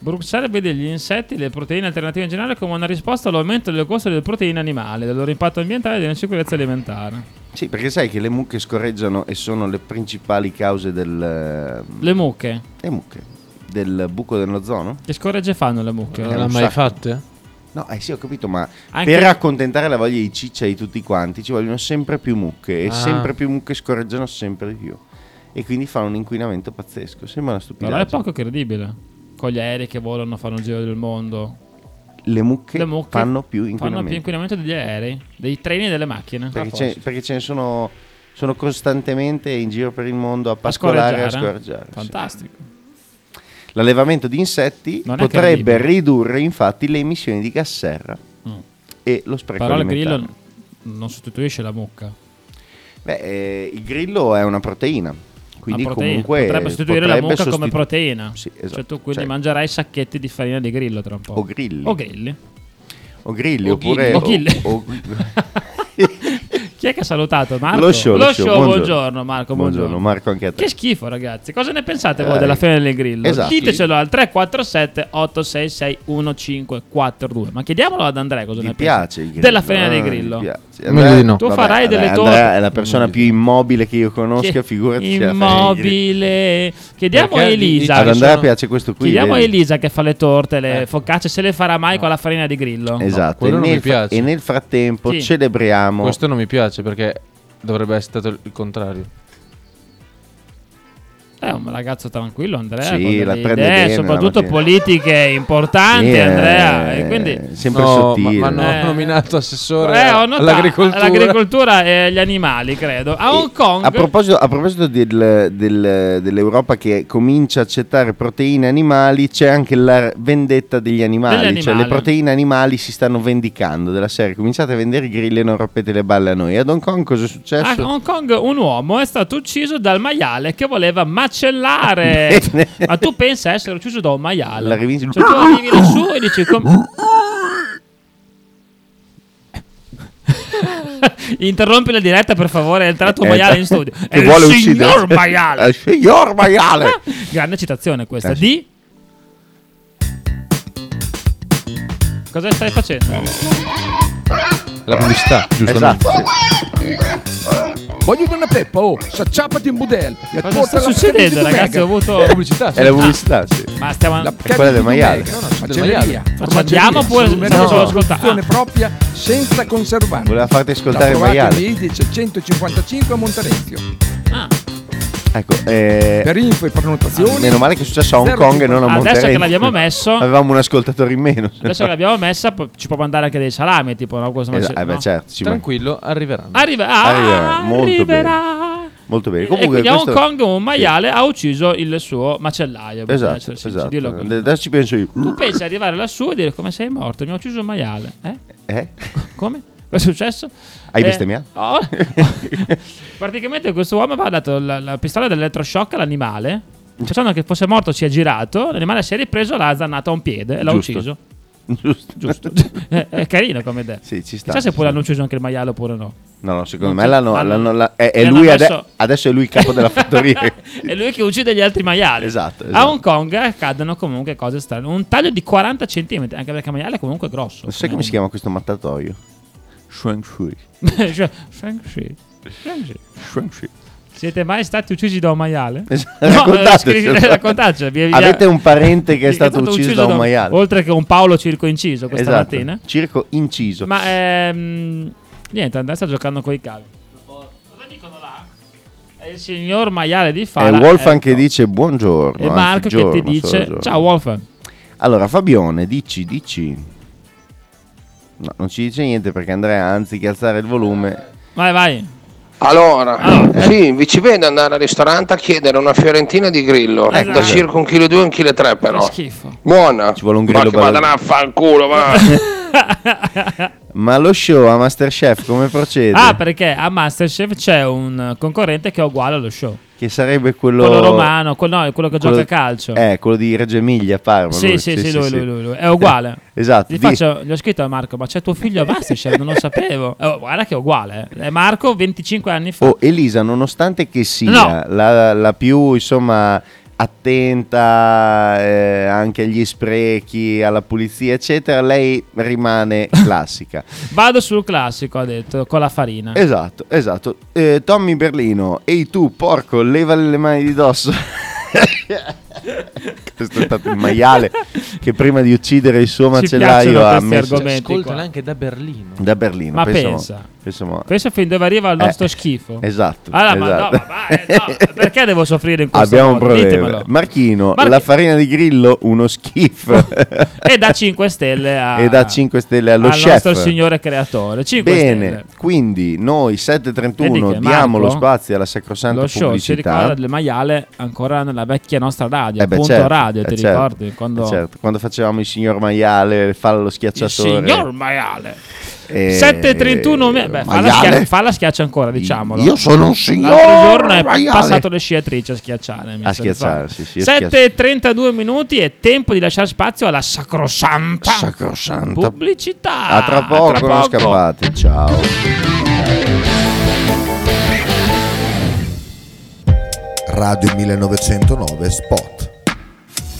S4: Bruxelles vede gli insetti e le proteine alternative in generale come una risposta all'aumento del costo delle proteine animali, del loro impatto ambientale e della sicurezza alimentare.
S3: Sì, perché sai che le mucche scorreggiano e sono le principali cause del... eh,
S4: Le mucche.
S3: le mucche? Del buco dell'ozono?
S4: Che scorregge fanno le mucche?
S5: Non l'ha
S3: un sacco.
S5: mai fatta?
S3: No, eh sì, ho capito, ma
S4: Anche-
S3: per accontentare la voglia di ciccia di tutti quanti ci vogliono sempre più mucche e
S5: Ah.
S3: sempre più mucche scorreggiano sempre di più. E quindi fanno un inquinamento pazzesco. Sembra una
S4: Però è
S3: stupidaggine.
S4: poco credibile. Con gli aerei che volano fanno un giro del mondo.
S3: Le mucche,
S4: Le mucche
S3: fanno più
S4: Fanno più
S3: inquinamento.
S4: inquinamento degli aerei, dei treni e delle macchine.
S3: perché,
S4: Ah,
S3: ce,
S4: forse.
S3: perché ce ne sono, sono costantemente in giro per il mondo a
S4: A
S3: pascolare e a
S4: scorreggiare.
S3: scorreggiare. sì.
S4: Fantastico.
S3: L'allevamento di insetti
S4: Non è
S3: potrebbe
S4: credibile.
S3: ridurre infatti le emissioni di gas serra
S4: Mm.
S3: e lo spreco
S4: Però il
S3: alimentare.
S4: grillo n- non sostituisce la mucca.
S3: Beh, eh, il grillo è una proteina, quindi
S4: La proteina.
S3: comunque
S4: potrebbe sostituire la
S3: potrebbe
S4: mucca come
S3: sostitu-
S4: proteina.
S3: Sì, esatto.
S4: Cioè, tu quindi
S3: Cioè,
S4: mangerai sacchetti di farina di grillo tra un po'.
S3: o grilli,
S4: O grilli.
S3: o grilli,
S5: o
S3: oppure
S4: O ghilli.
S3: o- o-
S4: [laughs] Chi è che ha salutato? Marco?
S3: Lo show, lo show,
S4: buongiorno.
S3: buongiorno.
S4: Marco. Buongiorno.
S3: Buongiorno, Marco, anche a te.
S4: Che schifo, ragazzi. Cosa ne pensate voi
S3: Eh,
S4: della fine del grillo?
S3: esatto.
S4: Ditecelo al 347 866 1542. Ma chiediamolo ad Andrea cosa
S3: Ti
S4: ne pensa.
S3: piace il grillo?
S4: Della fine del
S3: Ah,
S4: grillo.
S3: ti piace.
S5: Meglio di no.
S4: Tu farai delle
S3: Andrea
S4: torte.
S3: è la persona
S5: Meglio
S3: più immobile che io conosca,
S4: Che-
S3: figurati. se la fai nel grillo.
S4: Immobile. Chiediamo a
S5: Perché di-
S4: Elisa. diciamo.
S5: di-
S3: Ad
S5: Dai,
S3: Andrea
S5: sono-
S3: piace questo qui. eh.
S4: Chiediamo a
S3: vedi? Eh.
S4: Elisa che fa le torte, le
S5: Eh.
S4: focacce, se le farà mai con la farina di grillo.
S3: Esatto,
S5: quello
S3: e,
S5: non
S3: nel
S5: mi piace.
S3: e nel frattempo
S4: Sì.
S3: celebriamo
S5: Questo non mi piace perché dovrebbe essere stato il contrario.
S4: È un ragazzo tranquillo, Andrea.
S3: Sì,
S4: con delle
S3: la prende
S4: idee,
S3: bene la
S4: soprattutto
S3: mattina.
S4: politiche importanti,
S3: Sì, eh,
S4: Andrea. E quindi.
S3: sempre
S5: no, ma-
S3: sottile.
S5: ma hanno
S4: Eh.
S5: nominato assessore
S4: Eh, ho notato,
S5: all'agricoltura.
S4: all'agricoltura e agli animali, credo. A Hong Kong.
S3: A proposito, a proposito del- del- dell'Europa che comincia a accettare proteine animali, c'è anche la vendetta degli animali.
S4: Degli
S3: Cioè,
S4: animali.
S3: le proteine animali si stanno vendicando della serie. Cominciate a vendere i grilli e non rompete le balle a noi. Ad Hong Kong cosa è
S4: a
S3: successo?
S4: Ah, Hong Kong un uomo è stato ucciso dal maiale che voleva macellare.
S3: Bene.
S4: Ma tu pensa essere ucciso da un maiale?
S3: La rivinci-
S4: Cioè, tu arrivi lassù e dici. com-
S3: [laughs]
S4: Interrompi la diretta, per favore. È entrato un
S3: Eh,
S4: maiale in studio.
S3: [laughs] che
S4: È il
S3: vuole
S4: signor
S3: uccidere.
S4: maiale. Ah,
S3: Il
S4: [laughs]
S3: signor maiale.
S4: Grande citazione questa.
S3: Eh, sì.
S4: Di. Cosa stai facendo?
S5: La pubblicità, giustamente.
S3: esatto.
S8: Voglio una peppa, oh, s'acciappati in budel e
S4: Cosa sta
S8: portala a
S4: succedendo,
S8: Federico
S4: ragazzi? Ho
S8: Mega.
S4: avuto.
S5: La pubblicità, sì.
S3: È la pubblicità, sì.
S4: Ma stiamo.
S8: La
S3: È quella del maiale.
S8: Mega,
S5: No, no,
S8: macelleria,
S5: del maiale.
S8: formaggeria,
S4: Facciamo oppure
S8: salumeria,
S4: no.
S8: solo produzione propria senza conservanti.
S3: Voleva farti ascoltare il
S8: La trovate
S3: maiale.
S8: in Lidice 155 a Monterezio.
S4: Ah,
S3: Ecco, eh,
S8: Per info e prenotazioni
S3: meno male che è successo a Hong Kong e non a
S4: Adesso
S3: Monterey.
S4: che l'abbiamo messo-
S3: Avevamo un ascoltatore in meno.
S4: adesso che l'abbiamo messa, po- ci può mandare anche dei salami. Tipo, no? Cosa
S3: Esatto,
S4: mangi-
S3: eh beh,
S4: no.
S3: certo, ci manca.
S5: Tranquillo, arriveranno.
S4: Arriva, ah,
S3: Arriverà, molto
S4: arriverà.
S3: Molto bene.
S4: E-
S3: Comunque,
S4: e quindi a Hong
S3: questo-
S4: Kong un maiale ha ucciso il suo macellaio.
S3: Sì,
S4: bisogna
S3: Esatto,
S4: essere sinceri,
S3: esatto.
S4: dillo
S3: Ad-
S4: così.
S3: Adesso ci penso io.
S4: Tu pensi di arrivare lassù e dire come sei morto? Mi ha ucciso un maiale. Eh?
S3: [laughs] Eh?
S4: Come? Cosa è successo?
S3: Hai bestemmiato?
S4: oh. [laughs] Praticamente questo uomo aveva dato la, la pistola dell'elettroshock all'animale.
S3: Mm.
S4: Pensando che fosse morto si è girato, l'animale si è ripreso, l'ha zannato a un piede e l'ha
S3: Giusto.
S4: ucciso.
S3: Giusto.
S4: [laughs] Giusto. [laughs] è, è carino come idea.
S3: Sì, ci sta.
S4: Chissà se
S3: ci
S4: poi
S3: sta.
S4: l'hanno ucciso anche il maiale oppure no.
S3: No, no, secondo
S4: Non
S3: me
S4: so.
S3: l'hanno,
S4: Hanno-
S3: l'hanno- la- è, è
S4: gli
S3: lui
S4: hanno
S3: ade-
S4: messo-
S3: adesso è lui il
S4: [laughs]
S3: capo della fattoria.
S4: è lui che uccide gli altri maiali.
S3: Esatto,
S4: A
S3: esatto.
S4: Hong Kong accadono comunque cose strane. Un taglio di 40 cm, anche perché il maiale è comunque grosso.
S3: Non sai come si chiama questo mattatoio? Shuang Shui.
S4: chiama? [laughs] cioè, Shang-Chi. Shang-Chi.
S3: Shuang Shui.
S4: Siete mai stati uccisi da un maiale? [laughs]
S3: Esatto,
S4: No,
S3: raccontateci.
S4: scrivete- raccontateci, vi- vi-
S3: Avete un parente
S4: Sì,
S3: che è stato ucciso, da un maiale?
S4: Oltre che un Paolo Circo inciso questa
S3: Esatto.
S4: mattina.
S3: Circo inciso.
S4: Ma eh, ehm, niente, Andrea sta giocando con i cavi. Cosa dicono là? È il signor maiale di
S3: è
S4: Fala.
S3: Wolfan che
S4: ecco.
S3: Eh, dice buongiorno.
S4: E
S3: anzi,
S4: Marco che ti
S3: giorno, solo
S4: dice:
S3: giorno.
S4: Ciao Wolfan.
S3: Allora, Fabione, dici, dici. No, non ci dice niente perché Andrea, anziché alzare il volume,
S4: Vai, vai.
S6: Allora,
S4: Allora.
S6: sì, vi ci vedo andare al ristorante a chiedere una fiorentina di grillo
S4: Esatto.
S6: da circa un chilo e due, un chilo e tre
S4: Che
S6: però.
S4: schifo.
S6: Buona.
S3: Ci vuole un grillo
S6: Ma che
S3: bello.
S6: vada a fanculo, va.
S4: [laughs]
S3: Ma lo show a Masterchef come
S4: [laughs]
S3: procede?
S4: Ah, perché a Masterchef c'è un concorrente che è uguale allo show.
S3: che sarebbe quello,
S4: Quello romano, quello, no, è quello che gioca a
S3: quello-
S4: calcio.
S3: Eh, quello di Reggio Emilia, a Parma.
S4: Sì, sì, sì, lui, lui, lui, lui. È uguale.
S3: Esatto.
S4: Gli,
S3: di-
S4: faccio- gli ho scritto a Marco, ma c'è tuo figlio a Masterchef, non lo sapevo. [laughs] Eh, oh, guarda che è uguale. eh. È Marco, 25 anni fa.
S3: Oh, Elisa, nonostante che sia la, la più, insomma, attenta eh, anche agli sprechi, alla pulizia, eccetera, lei rimane [laughs] classica.
S4: Vado sul classico, ha detto, con la farina.
S3: Esatto, esatto. Eh, Tommy Berlino, ehi tu,
S4: [laughs]
S3: porco, levale le mani di dosso. Questo è stato il maiale che che prima di uccidere il suo
S4: Ci
S3: macellaio
S4: piacciono
S3: ha
S4: questi
S3: messo
S4: argomenti
S5: Ascoltano
S4: ecco qua.
S5: Eh, anche da Berlino.
S3: da Berlino.
S4: Ma
S3: pensa mo-
S4: pensa.
S3: pensa mo-
S4: Pensa fin dove arriva il nostro
S3: Eh,
S4: schifo.
S3: Esatto.
S4: Allora, ma
S3: esatto.
S4: no, ma va, eh,
S3: [laughs]
S4: no, perché devo soffrire in questo
S3: Abbiamo un
S4: modo?
S3: problema.
S4: Ditemelo.
S3: Marchino,
S4: Marchi-
S3: la farina di grillo, uno schifo.
S4: [laughs] E da 5 stelle a-
S3: e da 5 stelle allo
S4: Ah. al
S3: chef.
S4: nostro signore creatore. 5
S3: Bene,
S4: stelle.
S3: quindi noi
S4: Vedi che
S3: 7.31
S4: Marco,
S3: diamo lo spazio alla sacrosanta
S4: Lo show ci ricorda
S3: pubblicità.
S4: del maiale ancora nella vecchia nostra radio,
S3: Eh beh,
S4: appunto
S3: certo,
S4: radio, ti
S3: eh, certo,
S4: ricordi? Quando
S3: eh, certo, quando facevamo il signor maiale, fallo lo
S4: il
S3: schiacciatore.
S4: signor maiale.
S3: eh,
S4: 7.31, me- beh, fa, la
S3: maiale.
S4: schia- fa la schiaccia ancora, diciamolo.
S3: Io sono un signor
S4: L'altro giorno è
S3: maiale.
S4: passato le sciatrici a schiacciare. mi
S3: A
S4: sa di
S3: schiacciare,
S4: fare.
S3: sì, sì, a
S4: 7.32 minuti è tempo di lasciare spazio alla sacrosanta
S3: Sacrosanta.
S4: pubblicità.
S3: A tra poco, non scappate. Ciao.
S9: Radio 1909 Spot.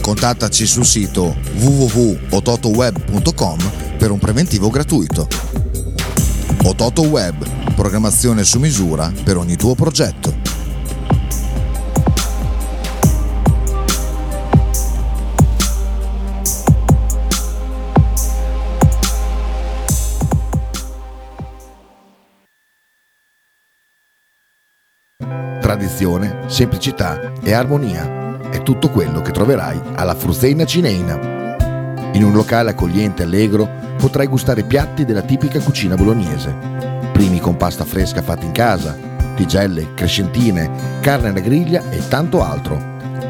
S9: Contattaci sul sito www.ototoweb.com per un preventivo gratuito. Ototo Web, programmazione su misura per ogni tuo progetto.
S10: Tradizione, semplicità e armonia è tutto quello che troverai alla Fruzeina Cineina. In un locale accogliente e allegro potrai gustare piatti della tipica cucina bolognese. Primi con pasta fresca fatta in casa, tigelle, crescentine, carne alla griglia e tanto altro.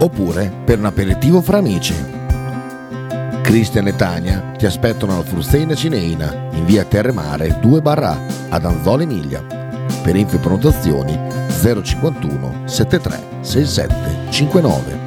S10: Oppure per un aperitivo fra amici. Cristian e Tania ti aspettano alla Fruzeina Cineina in via Terremare 2 barra A, ad Anzola Emilia. Per info e prenotazioni 051 73 67 59.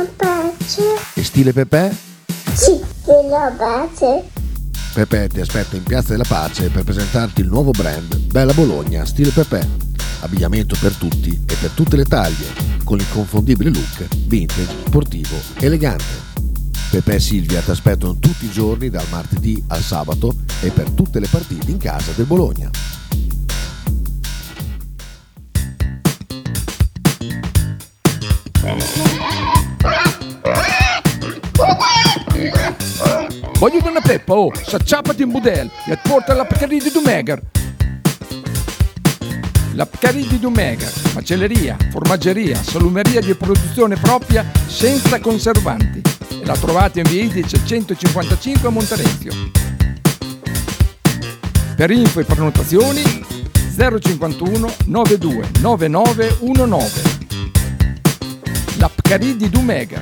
S11: piace.
S10: E stile Pepe?
S11: Sì, te lo bacio.
S10: Pepe ti aspetta in Piazza della Pace per presentarti il nuovo brand Bella Bologna Stile Pepe. Abbigliamento per tutti e per tutte le taglie, con l'inconfondibile look vintage, sportivo, elegante. Pepe e Silvia ti aspettano tutti i giorni dal martedì al sabato e per tutte le partite in casa del Bologna.
S8: Voglio una peppa, oh, s'acciappati in budel e porta la Pcaridi di Dumegar. La Pcaridi di Dumegar, macelleria, formaggeria, salumeria di produzione propria senza conservanti. E la trovate in via Idice 155 a Monterezio. Per info e prenotazioni 051 92 9919. La Pcaridi di Dumegar.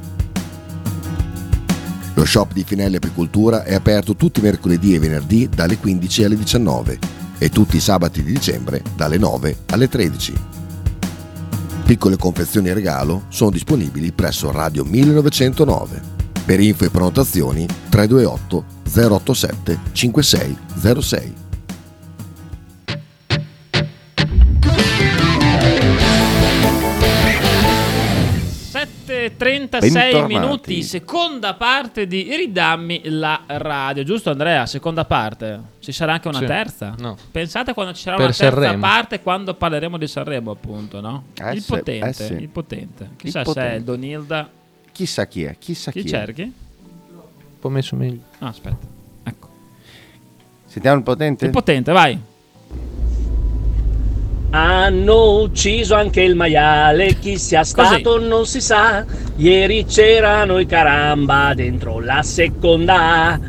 S10: Lo shop di Finelli Apicoltura è aperto tutti i mercoledì e venerdì dalle 15 alle 19 e tutti i sabati di dicembre dalle 9 alle 13. Piccole confezioni e regalo sono disponibili presso Radio 1909. Per info e prenotazioni 328 087 5606.
S4: 36
S3: Bentornati.
S4: minuti, seconda parte di Ridammi la radio, giusto Andrea? Seconda parte. Ci sarà anche una
S5: Sì.
S4: terza?
S5: No.
S4: Pensate quando ci sarà
S5: Per
S4: una terza
S5: Sanremo.
S4: parte quando parleremo di Sanremo, appunto, no?
S3: Eh,
S4: il
S3: sì,
S4: potente,
S3: eh, sì.
S4: il potente. Chissà
S3: Il potente.
S4: se è Donilda
S3: Chissà chi è, chissà chi,
S4: chi
S3: è.
S4: cerchi?
S5: Un po' messo meglio.
S4: Ah, aspetta.
S3: Sentiamo il potente?
S4: Il potente, vai.
S12: Hanno ucciso anche il maiale, chi sia stato non si sa. Ieri c'erano i caramba dentro la seconda. A.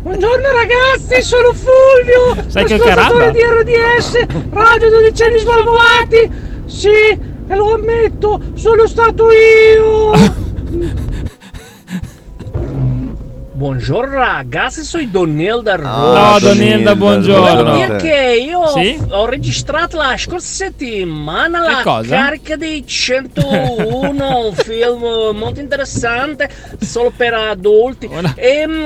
S12: Buongiorno ragazzi, sono Fulvio,
S4: Sai che
S12: ascoltatore
S4: caramba?
S12: di RDS, Radio 12 anni svalvolati. Sì, e lo ammetto, sono stato io.
S4: [laughs]
S12: Buongiorno ragazzi, sono Donnel da
S3: Ah,
S12: Roma.
S4: Ah. no, Donilda, buongiorno.
S12: Volevo dire che io
S4: Sì?
S12: ho registrato la scorsa settimana
S4: Che
S12: la
S4: cosa?
S12: carica dei 101,
S4: [laughs]
S12: un film molto interessante, solo per adulti. E mm,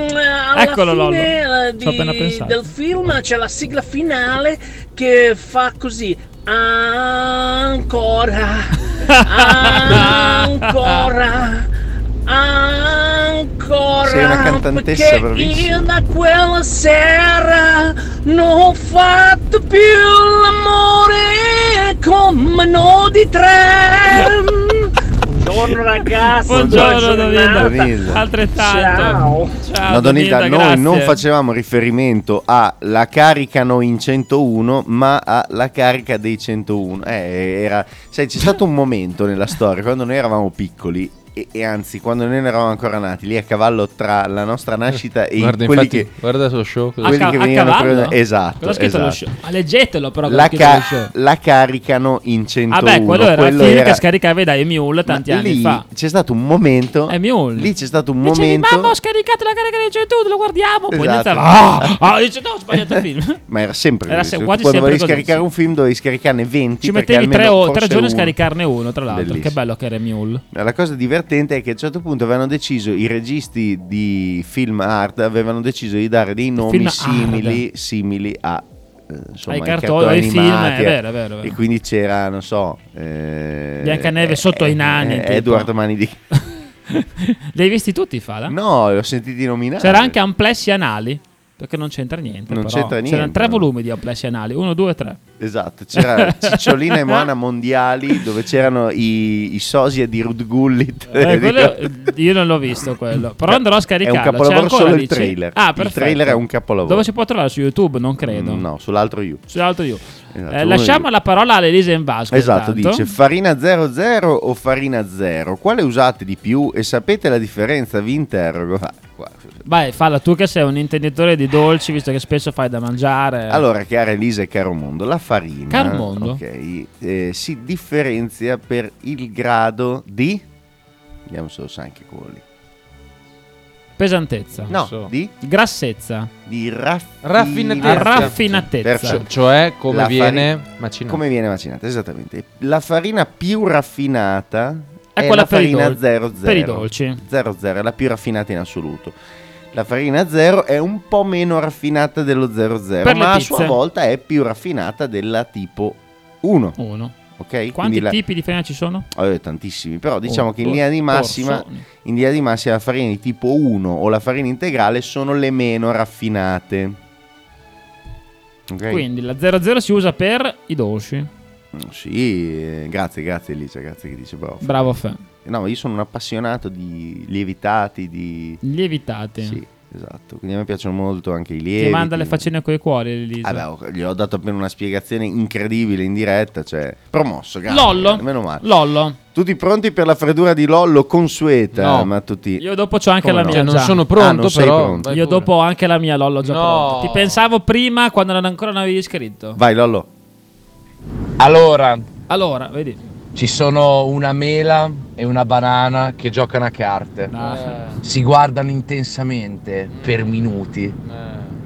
S12: alla
S4: Eccolo, Lollo.
S12: fine eh,
S4: Ci ho appena
S12: di,
S4: pensato.
S12: del film c'è la sigla finale che fa così. Ancora,
S4: Ah,
S12: ancora, ancora.
S3: Sei una cantantessa
S12: perché
S3: bravissima.
S12: io da quella sera non ho fatto più l'amore come no di tre. Buongiorno ragazzi,
S4: Buongiorno,
S12: buona
S4: Donilda.
S12: giornata.
S3: Donilda.
S12: Ciao.
S4: Altrettanto. Ciao,
S3: No, Donilda,
S4: Ah,
S3: noi
S4: grazie.
S3: non facevamo riferimento alla caricano in 101, ma alla carica dei 101. Eh, era... Sai, c'è stato un momento nella storia quando noi eravamo piccoli. E, e anzi, quando noi non eravamo ancora nati, lì a cavallo tra la
S4: Eh,
S3: nostra nascita e
S5: Guarda,
S3: i- quelli
S5: infatti,
S3: che.
S5: guarda lo show.
S3: Quelli
S4: ca-
S3: che venivano
S4: cavallo?
S3: prima- esatto,
S4: Cosa ha scritto lo
S3: esatto.
S4: show? Ah, leggetelo però. cosa ha
S3: La,
S4: scritto
S3: ca-
S4: lo show.
S3: la caricano in 101.
S4: Ah beh, quello era il
S3: quello
S4: film
S3: era-
S4: che scaricavi da Emule tanti
S3: Ma
S4: anni
S3: lì
S4: fa.
S3: C'è stato un momento. Lì c'è stato un
S4: Dicevi,
S3: momento.
S4: mamma, ho scaricato la carica di Gesù, lo guardiamo. Poi
S3: Esatto. [laughs]
S4: iniziava, ah, ah, dice, no, ho sbagliato il [laughs] film.
S3: Ma era sempre
S4: Era
S3: così.
S4: se-
S3: Tu
S4: quasi
S3: quando
S4: sempre
S3: volevi
S4: così,
S3: scaricare
S4: sì.
S3: un film dovevi scaricarne 20
S4: Ci
S3: perché
S4: mettevi tre,
S3: almeno
S4: o- tre
S3: forse
S4: giorni a
S3: uno.
S4: scaricarne uno, tra l'altro. Che
S3: Bellissimo.
S4: bello che era Mule.
S3: [laughs] La cosa divertente è che a un certo punto avevano deciso, i registi di film art avevano deciso di dare dei
S4: film
S3: nomi
S4: art.
S3: simili, simili a eh, insomma,
S4: Ai
S3: i
S4: cartoni, ai film,
S3: animati,
S4: è
S3: eh.
S4: vero, è vero, è vero.
S3: e quindi c'era non so eh,
S4: Biancaneve
S3: eh,
S4: sotto i nani, tipo.
S3: Edward Mani di
S4: [laughs] Li hai visti tutti, Fala?
S3: no l'ho sentito nominare
S4: Ah? C'era anche Amplessi Anali. Perché non c'entra niente.
S3: Non
S4: però.
S3: c'entra
S4: C'erano
S3: niente,
S4: tre
S3: no.
S4: volumi di Amplessi Anali: uno, due, tre.
S3: Esatto,
S4: [laughs]
S3: c'era Cicciolina e Moana Mondiali dove c'erano i, i sosia di Rud Gullit.
S4: Eh,
S3: [laughs]
S4: quello- io non l'ho visto quello. Però andrò a scaricarlo.
S3: È un capolavoro
S4: C'è ancora,
S3: solo il
S4: dici?
S3: trailer.
S4: Ah,
S3: il
S4: perfetto.
S3: trailer è un capolavoro.
S4: Dove si può trovare? Su YouTube? Non credo.
S3: Mm, No, sull'altro io.
S4: Sull'altro io.
S3: Esatto,
S4: Eh,
S3: uno
S4: lasciamo
S3: io.
S4: la parola a Elisa Invasco.
S3: Esatto,
S4: intanto.
S3: dice farina 00 o farina 0? Quale usate di più e sapete la differenza? Vi interrogo. Ah, qua-
S4: Vai, falla tu che sei un intenditore di dolci, visto che spesso fai da mangiare.
S3: Allora, cara Elisa e caro mondo, la farina
S4: Eh. Caro mondo.
S3: ok, eh, si differenzia per il grado di... Vediamo se lo sa anche quelli.
S4: pesantezza.
S3: No, di?
S4: Grassezza.
S3: Di raff-
S4: Raffinatezza. Raffinatezza.
S3: Perciò-
S5: Cioè, come
S3: la
S5: viene
S3: fari-
S5: macinata.
S3: Come viene macinata, esattamente. La farina più raffinata
S4: È
S3: è,
S4: quella
S3: la
S4: per i
S3: farina
S4: dol-
S3: 00.
S4: per i dolci.
S3: 00 è la più raffinata in assoluto. La farina 0 è un po' meno raffinata dello 00,
S4: Per le
S3: ma a
S4: pizze.
S3: sua volta è più raffinata della tipo 1.
S4: Uno.
S3: Ok?
S4: Oh, Quanti
S3: Quindi la-
S4: tipi di farina ci sono?
S3: eh, tantissimi, però diciamo
S4: Oh,
S3: che in linea di massima
S4: Borsoni.
S3: in linea di massima la farina di tipo 1 o la farina integrale sono le meno raffinate. Ok?
S4: Quindi la 00 si usa per i dolci.
S3: Mm, Sì, eh, grazie, grazie Elisa, grazie che dice bravo.
S4: Bravo Fe.
S3: No, ma io sono un appassionato di lievitati, di...
S4: Lievitati.
S3: Sì, esatto, quindi a me piacciono molto anche i lieviti.
S4: Ti manda le faccine coi cuori, Elisa.
S3: Ah, beh, ho- gli ho dato appena una spiegazione incredibile in diretta, cioè promosso, grazie.
S4: Lollo.
S3: Meno male.
S4: Lollo.
S3: Tutti pronti per la freddura di Lollo consueta, eh,
S5: No.
S3: ma tutti...
S4: Io dopo c'ho anche la
S3: Come no?
S4: mia.
S3: Cioè, non
S4: già.
S3: sono Ah, pronto, non sei però- pronto.
S4: Io dopo ho anche la mia, Lollo, già
S5: No.
S4: pronto. Ti pensavo prima quando non ancora non avevi scritto.
S3: Vai Lollo.
S13: Allora,
S4: Allora, vedi.
S13: ci sono una mela e una banana che giocano a carte.
S4: Ah.
S12: Eh.
S13: Si guardano intensamente per minuti.
S4: Eh.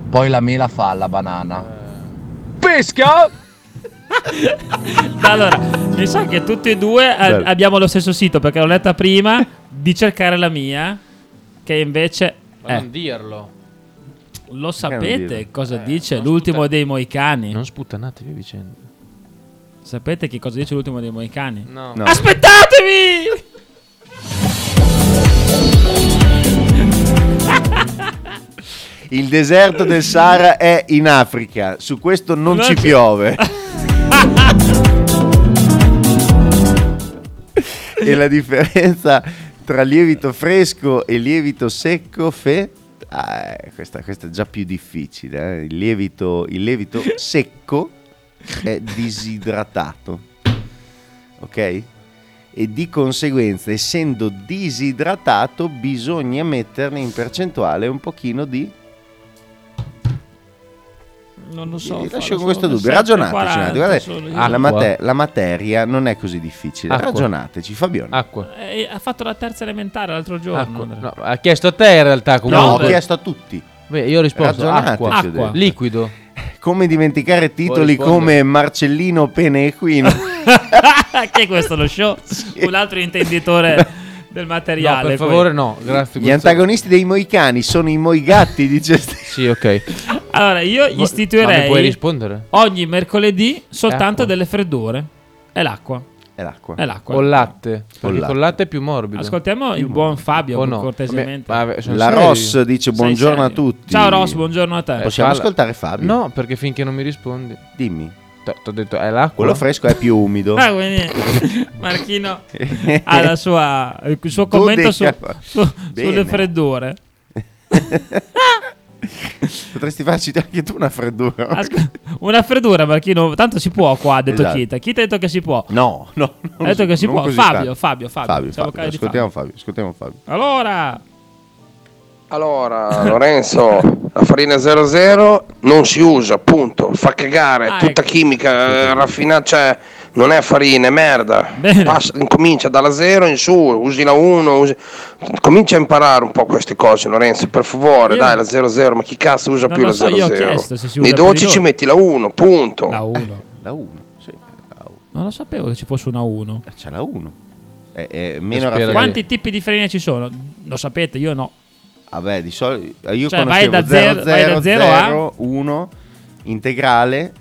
S13: Poi la mela fa alla banana. Pesca!
S4: allora, mi sa che tutti e due eh,
S3: Certo.
S13: Bello.
S4: abbiamo lo stesso sito perché l'ho letta prima di cercare la mia, che invece
S5: Ma
S4: è.
S5: non dirlo.
S4: Lo
S5: non
S4: sapete
S5: dire?
S4: cosa
S5: Eh,
S4: dice
S5: non
S4: l'ultimo dei Moicani?
S5: Non sputtanatevi vicenda.
S4: Sapete che cosa dice l'ultimo dei Moicani?
S5: No.
S3: No.
S4: Aspettatevi!
S3: Il deserto del Sahara è in Africa, su questo non,
S4: Non
S3: ci
S4: c'è-
S3: piove. e la differenza tra lievito fresco e lievito secco fe... Ah, eh, questa, questa è già più difficile. eh. Il, lievito, il lievito secco è disidratato. Ok? e di conseguenza, essendo disidratato, bisogna metterne in percentuale un pochino di...
S4: Non lo so.
S3: Vi
S4: fa-
S3: lascio con
S4: sono
S3: questo
S4: 7,40
S3: dubbio, ragionateci un attimo, guardate,
S4: solo io.
S3: la, mate- la materia non è così difficile,
S5: Acqua.
S3: ragionateci Fabione.
S5: Acqua.
S4: Eh, ha fatto la terza elementare l'altro giorno.
S3: Ecco,
S5: Acqua. No, ha chiesto a te in realtà comunque.
S3: No, ho chiesto a tutti.
S5: Beh, io ho risposto
S3: Ragionateci,
S5: acqua.
S3: ho detto.
S5: Liquido.
S3: Come dimenticare titoli
S5: rispondere?
S3: come Marcellino Pene
S5: [laughs]
S3: Equino?
S4: che è questo lo show? Un altro intenditore del materiale.
S5: No, per
S4: poi.
S5: favore, no. Grazie.
S3: Gli antagonisti dei moicani sono i moigatti, dice Sì,
S5: ok.
S4: Allora, io
S5: Ma- ma
S4: istituirei
S5: mi puoi rispondere? Ecco.
S4: ogni mercoledì soltanto
S5: Acqua.
S4: delle freddure. È l'acqua.
S3: È l'acqua.
S4: È l'acqua.
S5: O latte.
S3: O
S5: Perché
S3: latte.
S5: col latte è più morbido.
S4: Ascoltiamo il buon Fabio
S5: O Oh, no?
S4: cortesemente.
S5: Vabbè, vabbè, sono
S3: La
S5: serio.
S4: Eh,
S3: Ross dice buongiorno a tutti.
S4: Ciao Ross, buongiorno a te.
S5: Eh,
S3: Possiamo
S5: falla.
S3: ascoltare Fabio?
S5: No, perché finché non mi rispondi.
S3: Dimmi.
S5: Ti ho detto, è l'acqua.
S3: Quello fresco è più umido.
S4: Ah,
S3: [laughs]
S4: quindi Marchino ha la sua- il suo commento su-
S3: Dodeca-
S4: su-
S3: Bene.
S4: sulle freddure.
S3: Potresti farci anche tu una freddura.
S4: Asco- una freddura, Marchino. Tanto si può qua, ha detto
S3: Esatto.
S4: Kita. Kita ha detto che si può.
S3: No, no.
S4: Ha detto che si può. Fabio, Fabio, Fabio.
S3: Fabio,
S4: Siamo cari di
S3: Ascoltiamo Fabio. Ascoltiamo Fabio.
S4: Allora,
S6: Allora, Lorenzo, la farina 00 non si usa, punto. Fa
S4: Ah,
S6: cagare,
S4: ecco.
S6: è tutta chimica, eh, raffinata, cioè non è farina, è merda. Passa- incomincia dalla 0 in su, usi la 1, usi- comincia a imparare un po' queste cose, Lorenzo, per favore,
S4: Io-
S6: dai, la 00, ma chi cazzo usa
S4: Non
S6: più
S4: lo
S6: la
S4: so, io ho
S6: 00?
S4: chiesto se si usa
S6: Nei
S4: per i
S6: 12 ci
S4: giorni.
S6: metti la 1, punto.
S4: la 1.
S3: La 1, sì. eh,
S4: Non lo sapevo che ci fosse una 1.
S3: C'è la 1. È,
S4: Eh,
S3: è meno
S5: Spero
S3: raffinata.
S4: Quanti tipi di farina ci sono? Lo sapete, io no.
S3: Vabbè, Ah, di solito io
S4: Cioè, vai
S3: conoscevo
S4: da
S3: 0,
S4: zero- vai da
S3: 0,
S4: zero a-
S3: 1 integrale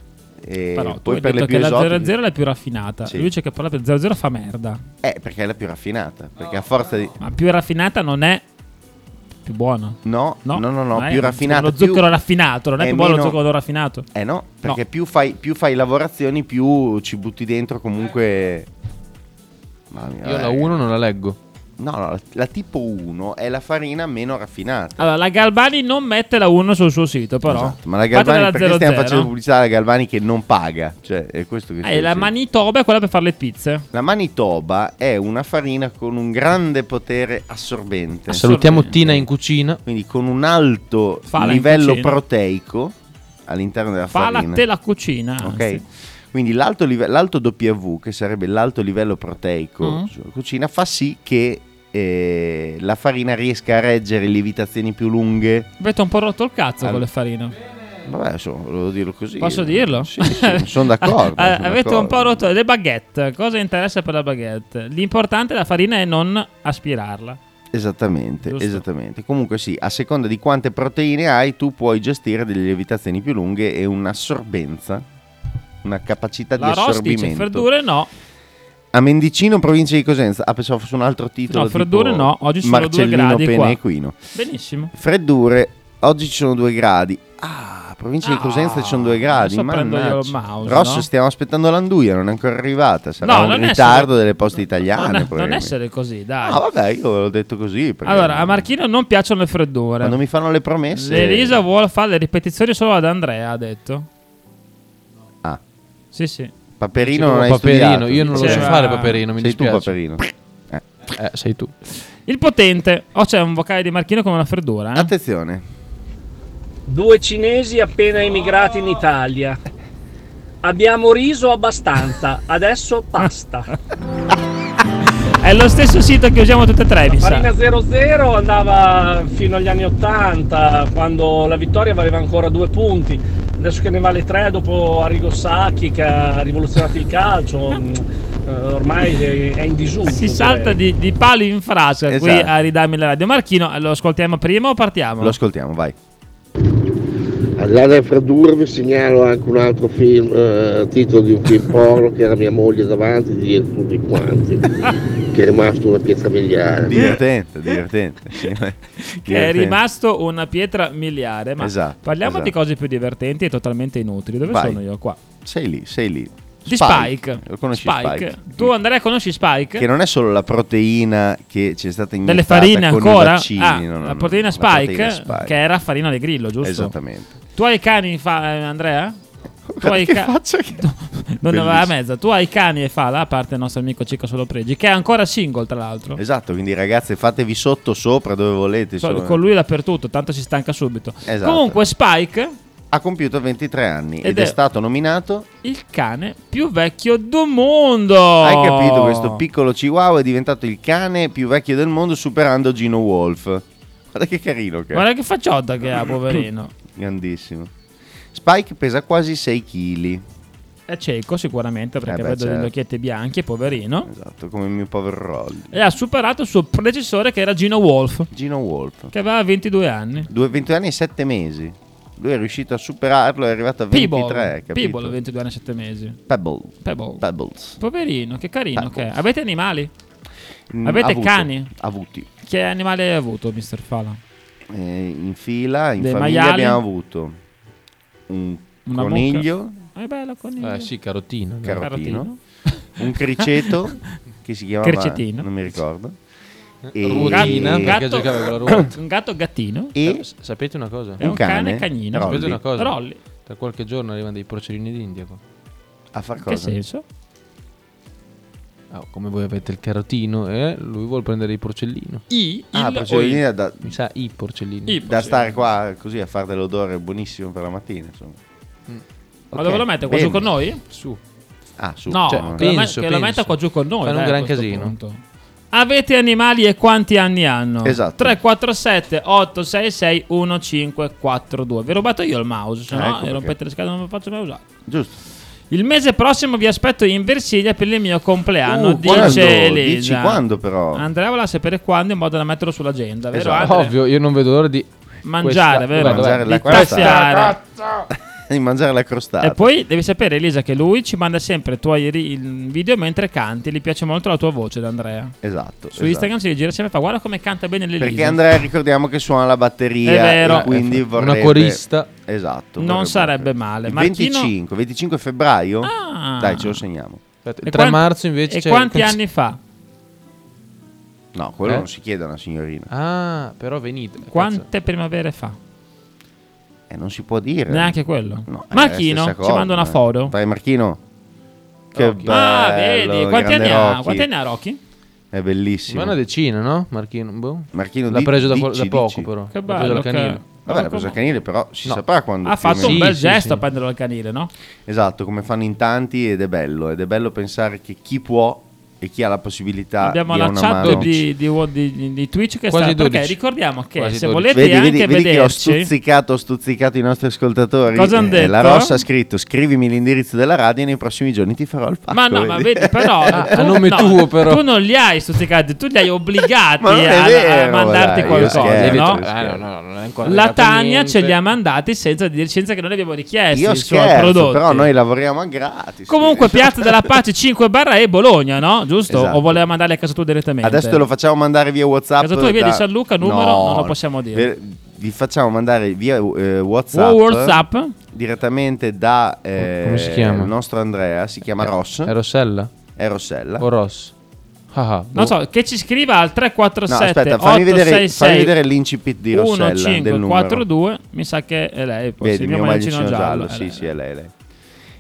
S3: e
S4: Però tu
S3: Eh, poi
S4: hai
S3: per
S4: detto
S3: le più
S4: che la
S3: esotiche
S4: 00 è la più raffinata.
S3: Sì.
S4: Lui c'è che parla per 00 fa merda.
S3: Eh, perché è la più raffinata, perché a forza di
S4: Ma più raffinata non è più buona.
S3: No, no, no, no,
S4: Ma è
S3: più raffinata.
S4: Lo zucchero
S3: più- Eh,
S4: raffinato, non è, più buono
S3: meno-
S4: lo zucchero raffinato.
S3: Eh no, perché Più, fai, più fai lavorazioni, più ci butti dentro comunque... Mamma mia,
S5: Io la
S3: vabbè.
S5: 1 non la leggo.
S3: No, no, la, la tipo 1 è la farina meno raffinata.
S4: Allora, la Galbani non mette la 1 sul suo sito, però.
S3: Esatto, ma la
S4: Fate
S3: Galvani, perché stiamo
S4: 00.
S3: facendo pubblicità alla Galvani che non paga? Cioè, è questo che sto
S4: Eh, la
S3: dicendo.
S4: Manitoba è quella per fare le pizze.
S3: La Manitoba è una farina con un grande potere assorbente.
S5: Salutiamo Tina in cucina.
S3: Quindi con un alto
S4: Fala in
S3: livello
S4: cucina.
S3: proteico all'interno della
S4: Fa la Ah,
S3: farina.
S4: te la cucina.
S3: Ok?
S4: anzi.
S3: Quindi l'alto, live- l'alto W, che sarebbe l'alto livello proteico
S4: Mm.
S3: sulla cucina, fa sì che eh, la farina riesca a reggere lievitazioni più lunghe.
S4: Avete un po' rotto il cazzo
S3: Al-
S4: con le farine.
S3: Vabbè, insomma, volevo dirlo così.
S4: Posso dirlo?
S3: Sì, sì, sono
S4: [laughs]
S3: d'accordo.
S4: Ah,
S3: sono
S4: avete un
S3: d'accordo.
S4: po' rotto le baguette. Cosa interessa per la baguette? L'importante è la farina e non aspirarla.
S3: Esattamente,
S4: Giusto.
S3: esattamente. Comunque sì, a seconda di quante proteine hai, tu puoi gestire delle lievitazioni più lunghe e un'assorbenza, una capacità
S4: La
S3: di
S4: Ross dice
S3: assorbimento.
S4: freddure no.
S3: A Mendicino, provincia di Cosenza. Ah, pensavo fosse un altro titolo.
S4: No, freddure
S3: tipo
S4: no, oggi ci sono due
S3: Marcellino
S4: gradi
S3: Pene
S4: qua.
S3: Equino.
S4: Benissimo.
S3: Freddure, oggi ci sono due gradi. Ah, provincia di Cosenza ci sono due gradi.
S4: adesso prendo io il
S3: mannaggia.
S4: mouse,
S3: Rosso,
S4: no?
S3: stiamo aspettando l'Anduia, non è ancora arrivata. Sarà
S4: No,
S3: un
S4: non è
S3: ritardo
S4: solo-
S3: delle poste italiane.
S4: non, non
S3: probabilmente.
S4: essere così, dai.
S3: eh. Ah, vabbè, io l'ho detto così. perché-
S4: allora, a Marchino non piacciono le freddure.
S3: Quando mi fanno le promesse.
S4: Elisa vuole fare le ripetizioni solo ad Andrea, ha detto.
S3: Ah.
S4: Sì, sì.
S3: Paperino
S5: Dicevo
S3: non hai
S5: Paperino,
S3: studiato.
S5: io non lo so
S4: Diceva-
S5: fare Paperino, mi
S3: Sei tu
S5: dispiace.
S3: Paperino. Eh.
S5: Eh, sei tu.
S4: Il potente. Oh, c'è un vocale di Marchino con una freddura.
S3: Ah,
S4: eh?
S3: Attenzione.
S12: Due cinesi appena emigrati in Italia. Abbiamo riso abbastanza, adesso
S4: Esatto.
S12: basta.
S4: È lo stesso sito che usiamo tutte e tre, mi sa.
S12: Farina 00 andava fino agli anni 80, quando la vittoria valeva ancora due punti. Adesso che ne vale tre dopo Arrigo Sacchi che ha rivoluzionato il calcio, mh, eh, ormai è- è in disuso.
S4: Si salta di, di palo in frasca qui
S3: Esatto.
S4: eh, a ridarmi la radio. Marchino, lo ascoltiamo prima o partiamo?
S3: Lo ascoltiamo, vai.
S7: All'area fra vi segnalo anche un altro film, eh, titolo di un film porno che era mia moglie davanti e dietro tutti quanti, [laughs] che è rimasto una pietra miliare.
S3: Divertente, divertente. sì.
S4: Che è
S3: Divertente.
S4: rimasto una pietra miliare. Ma
S3: Esatto,
S4: parliamo
S3: esatto.
S4: di cose più divertenti e totalmente inutili. Dove
S3: Vai.
S4: sono io? Qua.
S3: Sei lì, sei lì.
S4: Di Spike.
S3: Lo conosci Spike.
S4: Spike. Tu Andrea conosci Spike?
S3: Che non è solo la proteina che c'è stata
S4: Delle
S3: iniettata
S4: farine
S3: con
S4: ancora?
S3: i vaccini.
S4: Ah,
S3: no, no,
S4: la
S3: no,
S4: proteina
S3: la
S4: Spike,
S3: proteina Spike.
S4: che era farina di grillo, giusto?
S3: Esattamente.
S4: Tu hai cani, fa- eh, Andrea? Tu hai
S3: Che
S4: ca-
S3: faccia
S4: Tu- non ne aveva
S3: Bellissimo.
S4: mezza. Tu hai cani e Fala, a parte il nostro amico Cicco Solopregi, che è ancora single, tra l'altro.
S3: Esatto, quindi ragazze fatevi sotto, sopra, dove volete.
S4: So-
S3: insomma.
S4: con lui dappertutto, tanto si stanca subito.
S3: eh. Esatto.
S4: Comunque, Spike
S3: ha compiuto 23 anni ed,
S4: Ed
S3: è,
S4: è-
S3: stato nominato.
S4: il cane più vecchio del mondo.
S3: Hai capito, questo piccolo chihuahua è diventato il cane più vecchio del mondo, superando Gino Wolf. Guarda che carino che è.
S4: Guarda che facciotta che ha, poverino.
S3: [coughs] Grandissimo. Spike pesa quasi 6 kg.
S4: È cieco sicuramente perché
S3: Eh beh,
S4: vedo
S3: certo.
S4: degli occhietti bianchi, poverino.
S3: Esatto, come il mio povero Rolly.
S4: E ha superato il suo predecessore che era Gino Wolf,
S3: Gino Wolf.
S4: che aveva 22 anni.
S3: Due- 22 anni e 7 mesi. Lui è riuscito a superarlo, è arrivato a 23,
S4: Peeble,
S3: capito?
S4: Peeble 22 anni e 7 mesi.
S3: Pebble.
S4: Pebble.
S3: Pebbles.
S4: Poverino, che carino
S3: Pebbles.
S4: che è. Avete animali?
S3: Mm,
S4: Avete
S3: avuto,
S4: cani?
S3: Avuti.
S4: Che animale hai avuto, Mr. Fala?
S3: Eh, in fila, in
S4: Dei
S3: famiglia
S4: maiali?
S3: abbiamo avuto un
S4: Una
S3: coniglio,
S4: È bello coniglio.
S5: Eh sì, carotino. dai.
S3: carotino, un
S4: [laughs]
S3: criceto che si chiamava
S4: Cricetino.
S3: non mi ricordo.
S5: Rudina,
S4: un
S5: perché
S4: gatto-
S5: giocava con la ruota.
S4: [coughs] un gatto gattino.
S3: e
S5: S- Sapete una cosa?
S4: È un Un cane cane? cagnino.
S5: Sapete
S4: Rolli.
S5: una cosa?
S4: Rolli.
S5: Tra qualche giorno arrivano dei porcellini d'India qua.
S3: a far
S4: Che
S3: cosa?
S4: senso?
S5: Ah, come voi avete il carotino, eh? lui vuol prendere il porcellino.
S4: I,
S3: Ah,
S4: il,
S3: porcellini
S4: o il-
S3: da,
S5: Mi sa i porcellini.
S4: I
S3: da
S4: porcellini.
S3: stare qua così a fare dell'odore buonissimo per la mattina, insomma.
S4: Ma
S3: Ok,
S4: dove lo mette? Qua giù
S3: bene.
S4: con noi?
S5: Su.
S3: Ah, su.
S4: No,
S5: Cioè,
S4: che,
S5: penso,
S4: lo met- che lo
S5: penso.
S4: metta qua giù con noi.
S5: Fanno un
S4: dai, a
S5: gran
S4: questo
S5: casino.
S4: punto. Avete animali e quanti anni hanno?
S3: Esatto.
S4: 347 866 1542. Vi ho rubato io il mouse, se
S3: Ah,
S4: no
S3: ecco
S4: e rompete
S3: perché.
S4: le scatole, non vi faccio mai usare.
S3: Giusto. [laughs]
S4: Il mese prossimo vi aspetto in Versilia per il mio compleanno.
S3: Uh, quando?
S4: dice Elisa.
S3: Dici quando però?
S4: Andrea voleva sapere quando in modo da metterlo sull'agenda, vero?
S3: Esatto.
S4: Andre?
S5: Ovvio, io non vedo l'ora di
S4: Mangiare, vero?
S5: Guarda,
S3: Mangiare
S5: guarda,
S3: la
S4: Di
S3: crostata.
S4: tassiare.
S3: Di mangiare la crostata.
S4: E poi devi sapere, Elisa, che lui ci manda sempre i tuoi ri- il video mentre canti. Gli piace molto la tua voce, da Andrea. Su
S3: Esatto. esatto.
S4: Instagram si gira sempre e fa guarda come canta bene l'Elisa.
S3: Perché Andrea ricordiamo che suona la batteria
S4: È vero.
S3: e quindi
S5: Eh, una
S3: vorrebbe
S5: corista.
S3: Esatto.
S4: Non
S3: vorrebbe-
S4: sarebbe male.
S3: Il
S4: Marchino-
S3: 25, 25 febbraio?
S4: Ah.
S3: Dai, ce lo segniamo.
S5: Aspetta,
S4: E
S5: il 3
S4: quan-
S5: marzo invece
S4: E
S5: c'è-
S4: quanti anni fa?
S3: No, quello
S5: Eh?
S3: non si chiede a una signorina.
S5: Ah, però venite. Cazzo.
S4: Quante primavere fa?
S3: Eh, non si può dire.
S4: Neanche quello.
S3: No, eh, è la
S4: Marchino,
S3: stessa
S4: ci
S3: cosa. Eh.
S4: manda una foto.
S3: Vai Marchino. Che bello.
S4: ah, vedi, quanti anni,
S3: grande
S4: ha?
S3: Rocky.
S4: quanti anni ha Rocky?
S3: È bellissimo.
S5: Ma una decina, no? Marchino, boh.
S3: Marchino
S5: L'ha
S3: di-
S5: preso da, po-
S3: dici,
S5: da poco,
S3: dici.
S5: però.
S4: Che
S5: L'ha preso
S4: bello,
S5: dal canile.
S4: che-
S3: Vabbè, la cosa canile però si
S5: No.
S3: saprà quando...
S4: Ha
S3: più o
S4: fatto un
S3: meno-
S4: bel
S5: Sì, sì,
S4: gesto
S5: sì.
S4: a prenderlo al canile, no?
S3: Esatto, come fanno in tanti ed è bello. Ed è bello pensare che chi può e chi ha la possibilità
S4: Abbiamo
S3: dia
S4: la
S3: Ah, una
S4: chat
S3: mano.
S4: di, di- di- di Twitch che
S5: Quasi
S4: sta perché
S5: 12.
S4: ricordiamo che
S5: Quasi
S4: se
S5: 12.
S4: volete
S3: Vedi,
S4: anche
S3: vedi, vedi che ho
S4: vederci
S3: stuzzicato, ho stuzzicato i nostri ascoltatori.
S4: Cosa han
S3: Eh, La
S4: detto?
S3: Rossa ha scritto: scrivimi l'indirizzo della radio e nei prossimi giorni ti farò il pacco.
S4: ma no, ma vedi,
S3: [laughs]
S4: però
S5: a nome
S4: no,
S5: tuo, però.
S4: tu non li hai stuzzicati, tu li hai obbligati
S3: Ma non è
S4: a, a
S3: vero,
S4: mandarti
S3: dai, io
S4: qualcosa,
S3: scherzo,
S4: no?
S3: io
S5: Ah, no, no, non è ancora
S4: La
S5: arrivato
S4: Tania
S5: niente.
S4: ce li ha mandati senza dirci senza che noi abbiamo richiesti
S3: Io
S4: i suoi
S3: scherzo,
S4: prodotti.
S3: però noi lavoriamo a gratis.
S4: Comunque, Piazza della Pace 5 barra e Bologna, no? Giusto?
S3: Esatto.
S4: O voleva mandarli a casa tua direttamente?
S3: [laughs] Adesso te lo facciamo mandare via WhatsApp.
S4: Casa tua e via
S3: da-
S4: di San Luca, numero
S3: No,
S4: non lo possiamo dire.
S3: per- Vi facciamo mandare via eh, WhatsApp,
S4: O WhatsApp?
S3: direttamente da eh,
S5: Come si chiama?
S3: il nostro Andrea. Si
S4: Eh,
S3: chiama Ross.
S5: È Eh, Rossella?
S3: È Rossella.
S5: O Ross? Ah, ah, boh.
S4: Non so, che ci scriva al 347
S3: No, aspetta, fammi vedere, fammi vedere l'incipit di Rossella del numero.
S4: 1542, mi sa che è lei, poi
S3: Vedi,
S4: sì,
S3: il
S4: mio
S3: mio
S4: maglioncino
S3: maglioncino giallo.
S4: giallo. Eh,
S3: Sì, eh. sì, è lei. lei.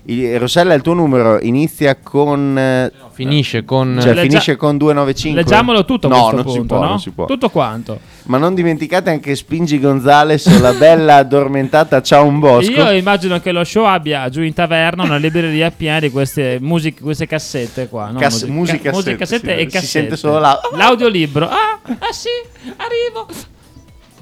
S3: Il- Rossella, il tuo numero inizia con. eh,
S5: boh. Finisce con...
S3: Cioè,
S4: leggia-
S3: finisce con 295.
S4: Leggiamolo tutto a
S3: no,
S4: questo
S3: non si
S4: punto,
S3: può,
S4: no?
S3: non si può.
S4: Tutto quanto.
S3: Ma non dimenticate anche Spingi Gonzales, la bella addormentata Ciao un bosco.
S4: Io immagino che lo show abbia giù in taverna una libreria piena di queste, music- queste cassette qua. No?
S3: Cas-
S4: Musica-
S3: musicassette,
S4: musicassette
S3: sì,
S4: e
S3: si
S4: cassette.
S3: sente solo la-
S4: l'audiolibro. Ah, ah sì, arrivo.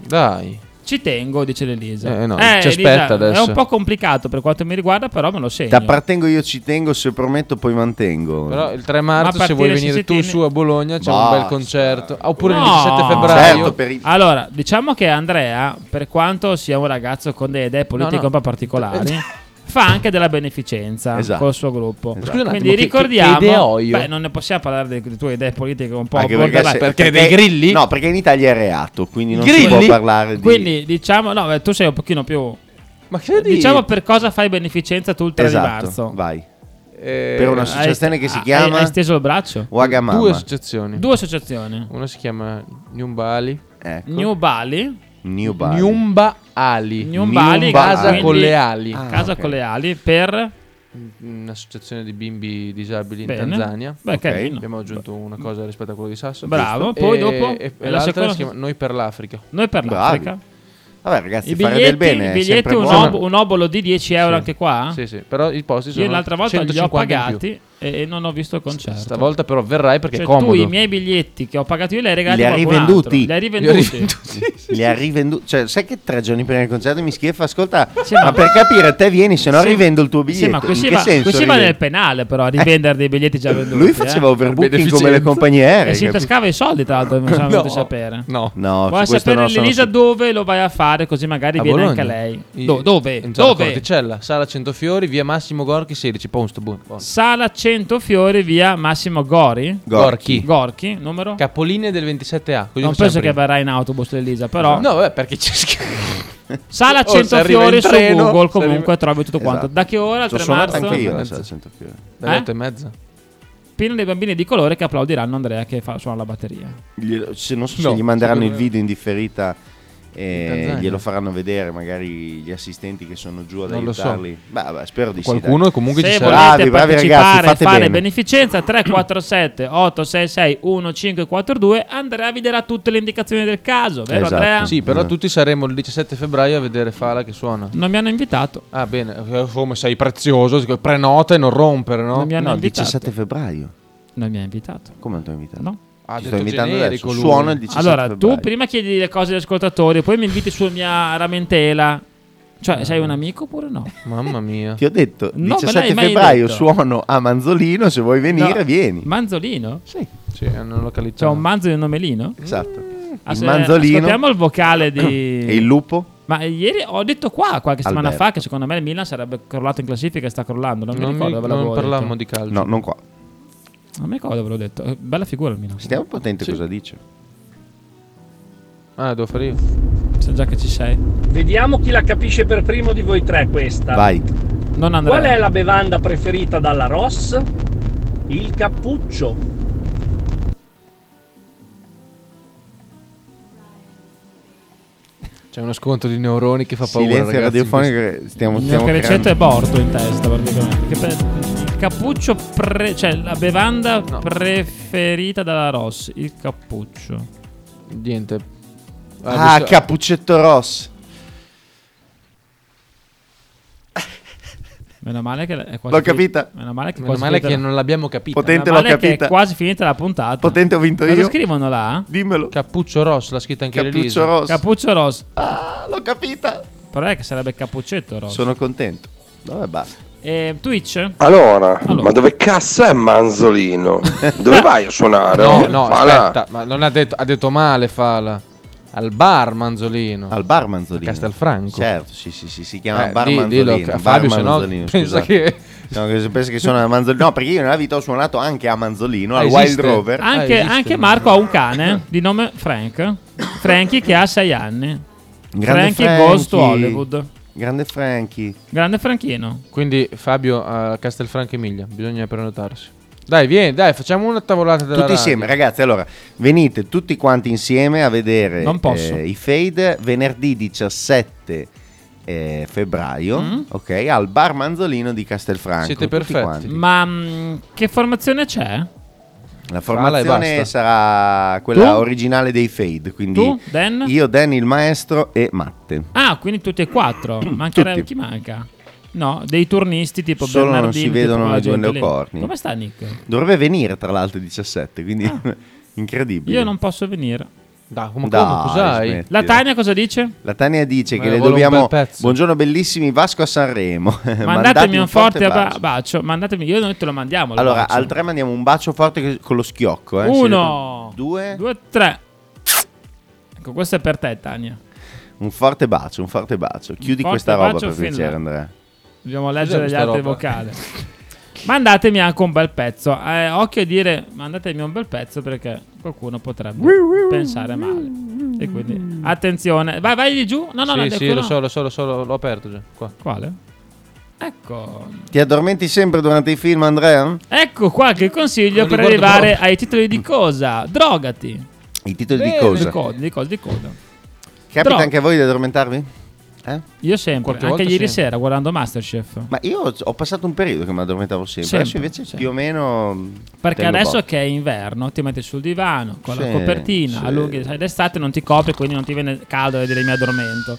S5: Dai.
S4: Ci tengo, dice l'Elisa.
S5: Eh, no, ci aspetta adesso.
S4: È un po' complicato per quanto mi riguarda, però me lo
S3: Ti
S4: segno.
S3: appartengo io ci tengo, se prometto poi mantengo.
S5: Però il 3
S3: 3
S5: marzo,
S4: Ma
S5: se vuoi
S4: partire se
S5: venire
S4: si
S5: tu
S4: tiene-
S5: su a Bologna, c'è un
S3: Basta.
S5: bel concerto. Ah, Oppure il
S4: No.
S5: 17
S3: Certo,
S5: febbraio.
S4: Allora, diciamo che Andrea, per quanto sia un ragazzo con delle idee politiche
S5: No, no.
S4: un po'
S5: [laughs]
S4: particolari, fa anche della beneficenza
S5: Esatto.
S4: col suo gruppo.
S5: Ma scusa un attimo,
S4: Quindi
S5: che-
S4: ricordiamo,
S5: che idee ho io?
S4: beh, non ne possiamo parlare delle delle tue idee politiche un po'
S3: Anche perché,
S4: borderline.
S3: se- grilli? No, perché in Italia è reato, quindi non si
S4: Grilli?
S3: può parlare di...
S4: Quindi diciamo, no, beh, tu sei un pochino più
S5: Ma
S4: Diciamo per cosa fai beneficenza tu il 3
S3: Esatto,
S4: di marzo?
S3: vai. Per un'associazione
S4: hai-
S3: che si
S4: hai-
S3: chiama-
S4: Hai steso il braccio?
S3: Wagamama.
S5: Eh, Due associazioni.
S4: Due associazioni.
S5: Una si chiama New Bali.
S3: Ecco.
S4: New Bali.
S3: New Bali.
S5: Niumba Ali. Ah,
S4: Niombali,
S5: Casa
S4: quindi-
S5: con le ali.
S4: casa con le ali per
S5: Un'associazione di bimbi disabili
S4: Bene.
S5: in Tanzania.
S4: Beh, carino.
S5: Abbiamo aggiunto una cosa rispetto a quello di Sasso.
S4: Bravo,
S5: giusto?
S4: poi
S5: E-
S4: dopo?
S5: E,
S4: E la
S5: la seconda
S4: seconda-
S5: si chiama Noi per l'Africa.
S4: Noi per
S5: Bravi.
S4: l'Africa.
S3: Vabbè, ragazzi,
S4: I
S3: fare
S4: biglietti,
S3: del bene
S4: i
S3: è
S4: biglietti
S3: sempre
S4: un,
S3: buono.
S4: ob- un obolo di 10 euro
S5: Sì.
S4: anche qua. eh?
S5: Sì, sì, però i posti sono
S4: Ah. Io l'altra volta li ho
S5: 150 in più.
S4: pagati e e non ho visto il concerto.
S5: Stavolta però verrai perché
S4: Cioè,
S5: è comodo.
S4: tu i miei biglietti che ho pagato io li hai regalati
S3: Li
S4: a
S3: ha
S4: qualcun
S3: rivenduti.
S4: altro. Li hai
S3: Li ha
S4: rivenduti.
S3: Li ha rivenduti. Cioè, sai che tre giorni prima del concerto mi schifa? Ascolta,
S4: Sì,
S3: ma
S4: ma-
S3: per capire, te vieni, se no
S4: Sì.
S3: rivendo il tuo biglietto.
S4: Eh Sì, ma questi
S3: In che
S4: va,
S3: senso
S4: questi va
S3: rivendi?
S4: nel penale, però, a rivendere dei biglietti già venduti.
S3: Lui faceva
S4: eh.
S3: overbooking come le compagnie aeree.
S4: E si
S3: capito?
S4: intascava i soldi, tra l'altro, non siamo venuti a sapere.
S5: No,
S3: no,
S4: Vuoi
S3: su questo
S4: sapere
S3: no, sono
S4: l'Elisa dove lo vai a fare, così magari
S5: A
S4: viene
S5: Bologna.
S4: anche lei.
S5: I-
S4: Do- dove?
S5: in zona
S4: Dove?
S5: Corticella, Sala Centofiori, via Massimo Gorchi 16. Posto. bu- bu-
S4: Sala 100 Fiori via Massimo Gori.
S5: Gorchi.
S4: Gorchi, numero?
S5: Capoline del 27A. Così
S4: non
S5: facciamo
S4: penso che
S5: prima.
S4: verrà in autobus l'Elisa, però.
S5: No, vabbè, perché c'è
S3: [laughs]
S5: scritto.
S4: Sala
S5: Oh,
S4: 100
S5: se arriva
S4: Fiori
S5: in Esatto.
S4: su
S5: treno,
S4: Google
S5: se arriva-
S4: comunque trovi tutto quanto. Da che ora? Al
S3: Ci ho
S4: 3
S3: suonato
S4: marzo?
S3: anche io,
S5: Mezzo.
S3: sa, sento più.
S5: Dalle
S4: Eh?
S5: 8 e mezza.
S4: Pieno dei bambini di colore che applaudiranno Andrea che fa, suona la batteria.
S3: Glielo- se non so
S4: No,
S3: se gli manderanno il
S4: secondo me-
S3: video in differita e
S4: Tanzania.
S3: glielo faranno vedere magari gli assistenti che sono giù ad
S5: Non lo so.
S3: aiutarli. Beh, vabbè, spero di sì.
S5: Qualcuno
S3: dai.
S5: comunque
S4: Se volete
S3: Bravi, bravi ragazzi,
S4: partecipare e
S3: fate
S4: fare
S3: bene.
S4: beneficenza 347 866 1542 Andrea vi darà tutte le indicazioni del caso, vero Andrea?
S5: Esatto, Sì,
S3: Eh.
S5: però tutti saremo il 17 febbraio a vedere Fala che suona.
S4: Non mi hanno invitato.
S5: Ah, bene, eh, come sei prezioso, dico, prenota e non rompere, no?
S4: Non mi hanno
S3: No, il
S4: invitato.
S3: 17 febbraio.
S4: Non mi ha invitato.
S3: Come non ti ho invitato?
S4: No.
S5: Ha
S3: Ti
S5: detto
S3: sto invitando
S5: generico
S3: adesso.
S5: lui.
S3: Suono il 17
S4: allora,
S3: febbraio.
S4: tu prima chiedi le cose agli ascoltatori, poi mi inviti sulla mia ramentela. Cioè,
S5: Eh.
S4: sei un amico oppure no?
S5: Mamma mia.
S3: Ti ho detto,
S4: me l'hai
S3: 17
S4: mai
S3: febbraio
S4: detto.
S3: suono a Manzolino, se vuoi venire
S4: No. Mm.
S3: vieni.
S4: Manzolino? Sì.
S5: Sì, eh, è una località.
S4: C'è un manzo di un nomelino?
S3: Esatto.
S4: Ah,
S3: Ah. Il
S4: se-
S3: Manzolino.
S4: Ascoltiamo il vocale di...
S3: [coughs] E il lupo?
S4: Ma ieri ho detto qua, qualche settimana
S3: Alberto.
S4: fa, che secondo me il Milan sarebbe crollato in classifica e sta crollando. Non, mi
S5: Non mi-
S4: ricordo dove l'avevo
S5: non
S4: detto.
S5: parlammo di calcio.
S3: No, non qua.
S4: Non mi ricordo dove l'ho detto. Eh, Bella figura il Milan.
S3: Stiamo potente cosa dice.
S5: Ah, devo fare io.
S4: Se già che ci sei.
S12: Vediamo chi la capisce per primo di voi tre questa.
S3: Vai.
S4: Non Andrea.
S12: Qual è la bevanda preferita dalla Ross? Il cappuccio.
S5: C'è uno scontro di neuroni che fa paura.
S3: Silenzio
S5: ragazzi, in questo-
S3: radiofonico. Stiamo,
S4: Il
S3: stiamo
S4: mio
S3: creando-
S4: ricetto è morto in testa praticamente. Che pe- il cappuccio, pre- cioè la bevanda preferita dalla Ross. Il cappuccio.
S5: Niente.
S3: Ah,
S5: Adesso-
S3: Cappuccetto Ross.
S4: Meno male che è quasi
S3: L'ho
S4: fi-
S3: capita.
S4: Meno male che, è
S5: Meno
S4: quasi
S5: male
S4: finita
S5: che
S4: la-
S5: non l'abbiamo capita.
S3: Potente
S4: meno
S3: l'ho
S4: male Che
S3: capita.
S4: è quasi finita la puntata.
S3: Potente ho vinto
S4: Cosa
S3: io.
S4: scrivono là?
S3: Dimmelo.
S5: Cappuccio Ross, l'ha scritta anche
S3: Cappuccio
S5: Elisa.
S3: Ross.
S4: Cappuccio Ross.
S3: Ah, l'ho capita.
S4: Però è che sarebbe cappuccetto Ross.
S3: Sono contento. Vabbè, basta.
S4: Eh, Twitch?
S6: Allora, ma dove cazzo
S4: [laughs]
S6: è Manzolino? Dove vai a suonare?
S5: No,
S6: oh?
S5: no,
S6: Fala.
S5: aspetta, ma non ha detto, ha detto male Fala. Al bar Manzolino.
S3: Al bar Manzolino.
S5: Ah. Castelfranco.
S3: Certo, sì, sì, sì, si chiama
S5: Eh,
S3: Bar
S5: di- dillo
S3: Manzolino.
S5: a
S3: Bar
S5: Fabio, se no
S3: Manzolino,
S5: [laughs] pensa
S3: scusate.
S5: che-
S3: No, che se pensa che sono a Manzolino. No, perché io nella vita ho suonato anche a Manzolino,
S5: Ah,
S3: al
S5: esiste?
S3: Wild Rover.
S4: Anche, anche Marco ha un
S3: [coughs]
S4: cane di nome Frank. Frankie che ha 6 anni. Frankie Goes to Hollywood.
S3: Grande Frankie.
S4: Grande Franchino.
S5: Quindi Fabio a Castelfranco Emilia, bisogna prenotarsi. Dai, vieni, dai, facciamo una tavolata della
S3: Tutti
S5: radio.
S3: insieme, ragazzi. Allora, venite tutti quanti insieme a vedere
S4: Non posso.
S3: eh, i fade venerdì 17 eh, febbraio,
S4: Mm.
S3: ok, al bar Manzolino di Castelfranco.
S5: Siete
S3: tutti
S5: perfetti. Mm.
S3: quanti.
S4: Ma mh, che formazione c'è?
S3: La
S5: Fala e
S3: formazione
S5: basta.
S3: sarà quella
S4: Tu?
S3: originale dei fade. Quindi
S4: Tu, Dan?
S3: io, Danny, il maestro e Matte.
S4: Ah, quindi tutti e quattro. Mancherà
S3: Tutti.
S4: chi manca? No, dei turnisti tipo
S3: Solo non
S4: Bernardini.
S3: si
S4: tipo
S3: vedono
S4: quella
S3: le due
S4: gente lì.
S3: leocorni.
S4: Come sta Nick?
S5: Ah.
S3: Dovrebbe venire tra l'altro il 17, quindi [laughs] incredibile.
S4: Io non posso venire.
S5: Da, come,
S3: Dai,
S5: come, cos'hai?
S3: smettila.
S4: La Tania cosa dice?
S3: La Tania dice
S5: Ma
S3: che
S5: io
S3: le
S5: volevo un
S3: dobbiamo.
S5: bel pezzo.
S3: Buongiorno, bellissimi Vasco a Sanremo. [laughs]
S4: Mandatemi un forte ba-
S3: bacio.
S4: bacio. Mandatemi, io noi te lo mandiamo. il
S3: Allora,
S4: bacio.
S3: al 3 mandiamo un bacio forte che- con lo schiocco. Eh.
S4: Uno,
S3: due,
S4: tre. Ecco, questo è per te, Tania.
S3: Sì, Un forte bacio, un forte bacio. Chiudi
S4: forte
S3: questa roba
S4: bacio
S3: per
S4: fin là.
S3: piacere, Andrea.
S4: Dobbiamo leggere gli
S3: questa
S4: altri
S3: roba? [laughs]
S4: vocali. Mandatemi anche un bel pezzo. Eh, occhio a dire mandatemi un bel pezzo perché qualcuno potrebbe pensare male. E quindi attenzione. Vai, vai di giù. No, no, no, Ah.
S5: sì,
S4: di
S5: sì,
S4: quello-
S5: lo so, lo so, lo so, l'ho- l'ho aperto già. Qua.
S4: Quale? Ecco.
S3: Ti addormenti sempre durante i film, Andrea?
S4: Ecco qualche consiglio
S3: Non
S4: per
S3: riguardo
S4: arrivare
S3: proprio.
S4: ai titoli di cosa? Drogati.
S3: I titoli
S4: Bene.
S3: di cosa?
S4: Di cosa, di cosa, di cosa.
S3: Capita
S4: Eh, Però-
S3: anche a voi di addormentarvi? Eh?
S4: Io sempre,
S3: Qualche
S4: anche
S3: volta
S4: ieri
S3: sempre.
S4: sera guardando Masterchef.
S3: Ma io ho- ho passato un periodo che mi addormentavo sempre.
S4: Sempre,
S3: adesso invece
S4: sempre.
S3: più o meno.
S4: Perché
S3: tengo
S4: adesso
S3: botta.
S4: che è inverno ti metti sul divano con
S3: Sì,
S4: la copertina,
S3: sì.
S4: allunghi sai, d'estate non ti copri, quindi non ti viene caldo e dire mi addormento.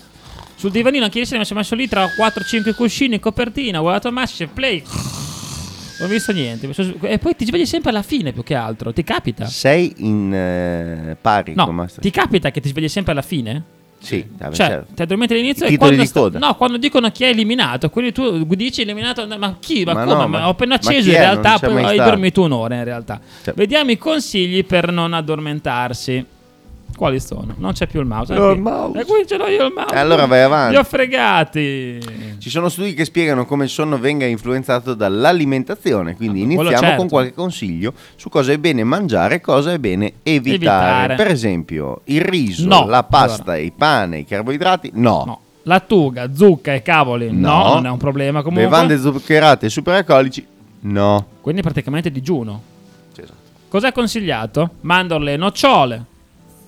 S4: Sul divanino anche ieri sera mi sono messo lì tra 4-5 cuscini, copertina, ho guardato Masterchef, play. Non ho visto niente. mi sono- E poi ti svegli sempre alla fine più che altro. Ti capita?
S3: Sei in eh, pari
S4: No,
S3: con Master.
S4: ti capita che ti svegli sempre alla fine?
S3: Sì, vabbè,
S4: Cioè,
S3: certo.
S4: ti addormenti all'inizio
S3: I
S4: e
S3: titoli
S4: quando,
S3: di coda.
S4: no, quando dicono chi è eliminato, quindi tu dici eliminato, ma chi? Ma,
S3: Ma
S4: come?
S3: no,
S4: Ma
S3: ma-
S4: ho appena
S3: ma
S4: acceso in
S3: chi è? Non
S4: realtà,
S3: c'è
S4: poi
S3: mai
S4: hai
S3: stato.
S4: dormito un'ora in realtà.
S3: Cioè.
S4: Vediamo i consigli per non addormentarsi. Quali sono? Non c'è più il mouse.
S3: Io
S4: eh,
S3: ho
S4: qui.
S3: il mouse.
S4: E qui ce l'ho io il mouse.
S3: E allora vai avanti.
S4: Li ho fregati.
S3: Ci sono studi che spiegano come il sonno venga influenzato dall'alimentazione, quindi
S4: quello
S3: iniziamo
S4: certo.
S3: con qualche consiglio su cosa è bene mangiare e cosa è bene evitare.
S4: Evitare.
S3: Per esempio, il riso,
S4: No.
S3: la pasta, il pane, i carboidrati? No.
S4: Lattuga, zucca e cavoli. No,
S3: No.
S4: non è un problema comunque.
S3: Bevande zuccherate e superalcolici? No.
S4: Quindi praticamente digiuno.
S3: esatto.
S4: Cos'è consigliato? Mandorle e nocciole.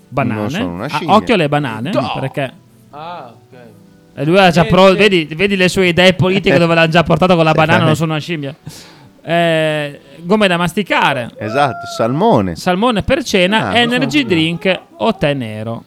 S4: Banane.
S3: Non sono una
S4: Ah,
S3: scimmia.
S4: occhio alle banane.
S5: No.
S4: Perché
S5: Ah, ok.
S4: E lui ha già
S5: Niente.
S4: pro- vedi, vedi le sue idee politiche dove l'ha già portato
S3: [laughs]
S4: con la banana,
S3: esatto.
S4: non sono una scimmia. Eh, gomme da masticare,
S3: Esatto, salmone.
S4: salmone per cena,
S3: Ah, non
S4: energy
S3: so.
S4: drink o tè nero.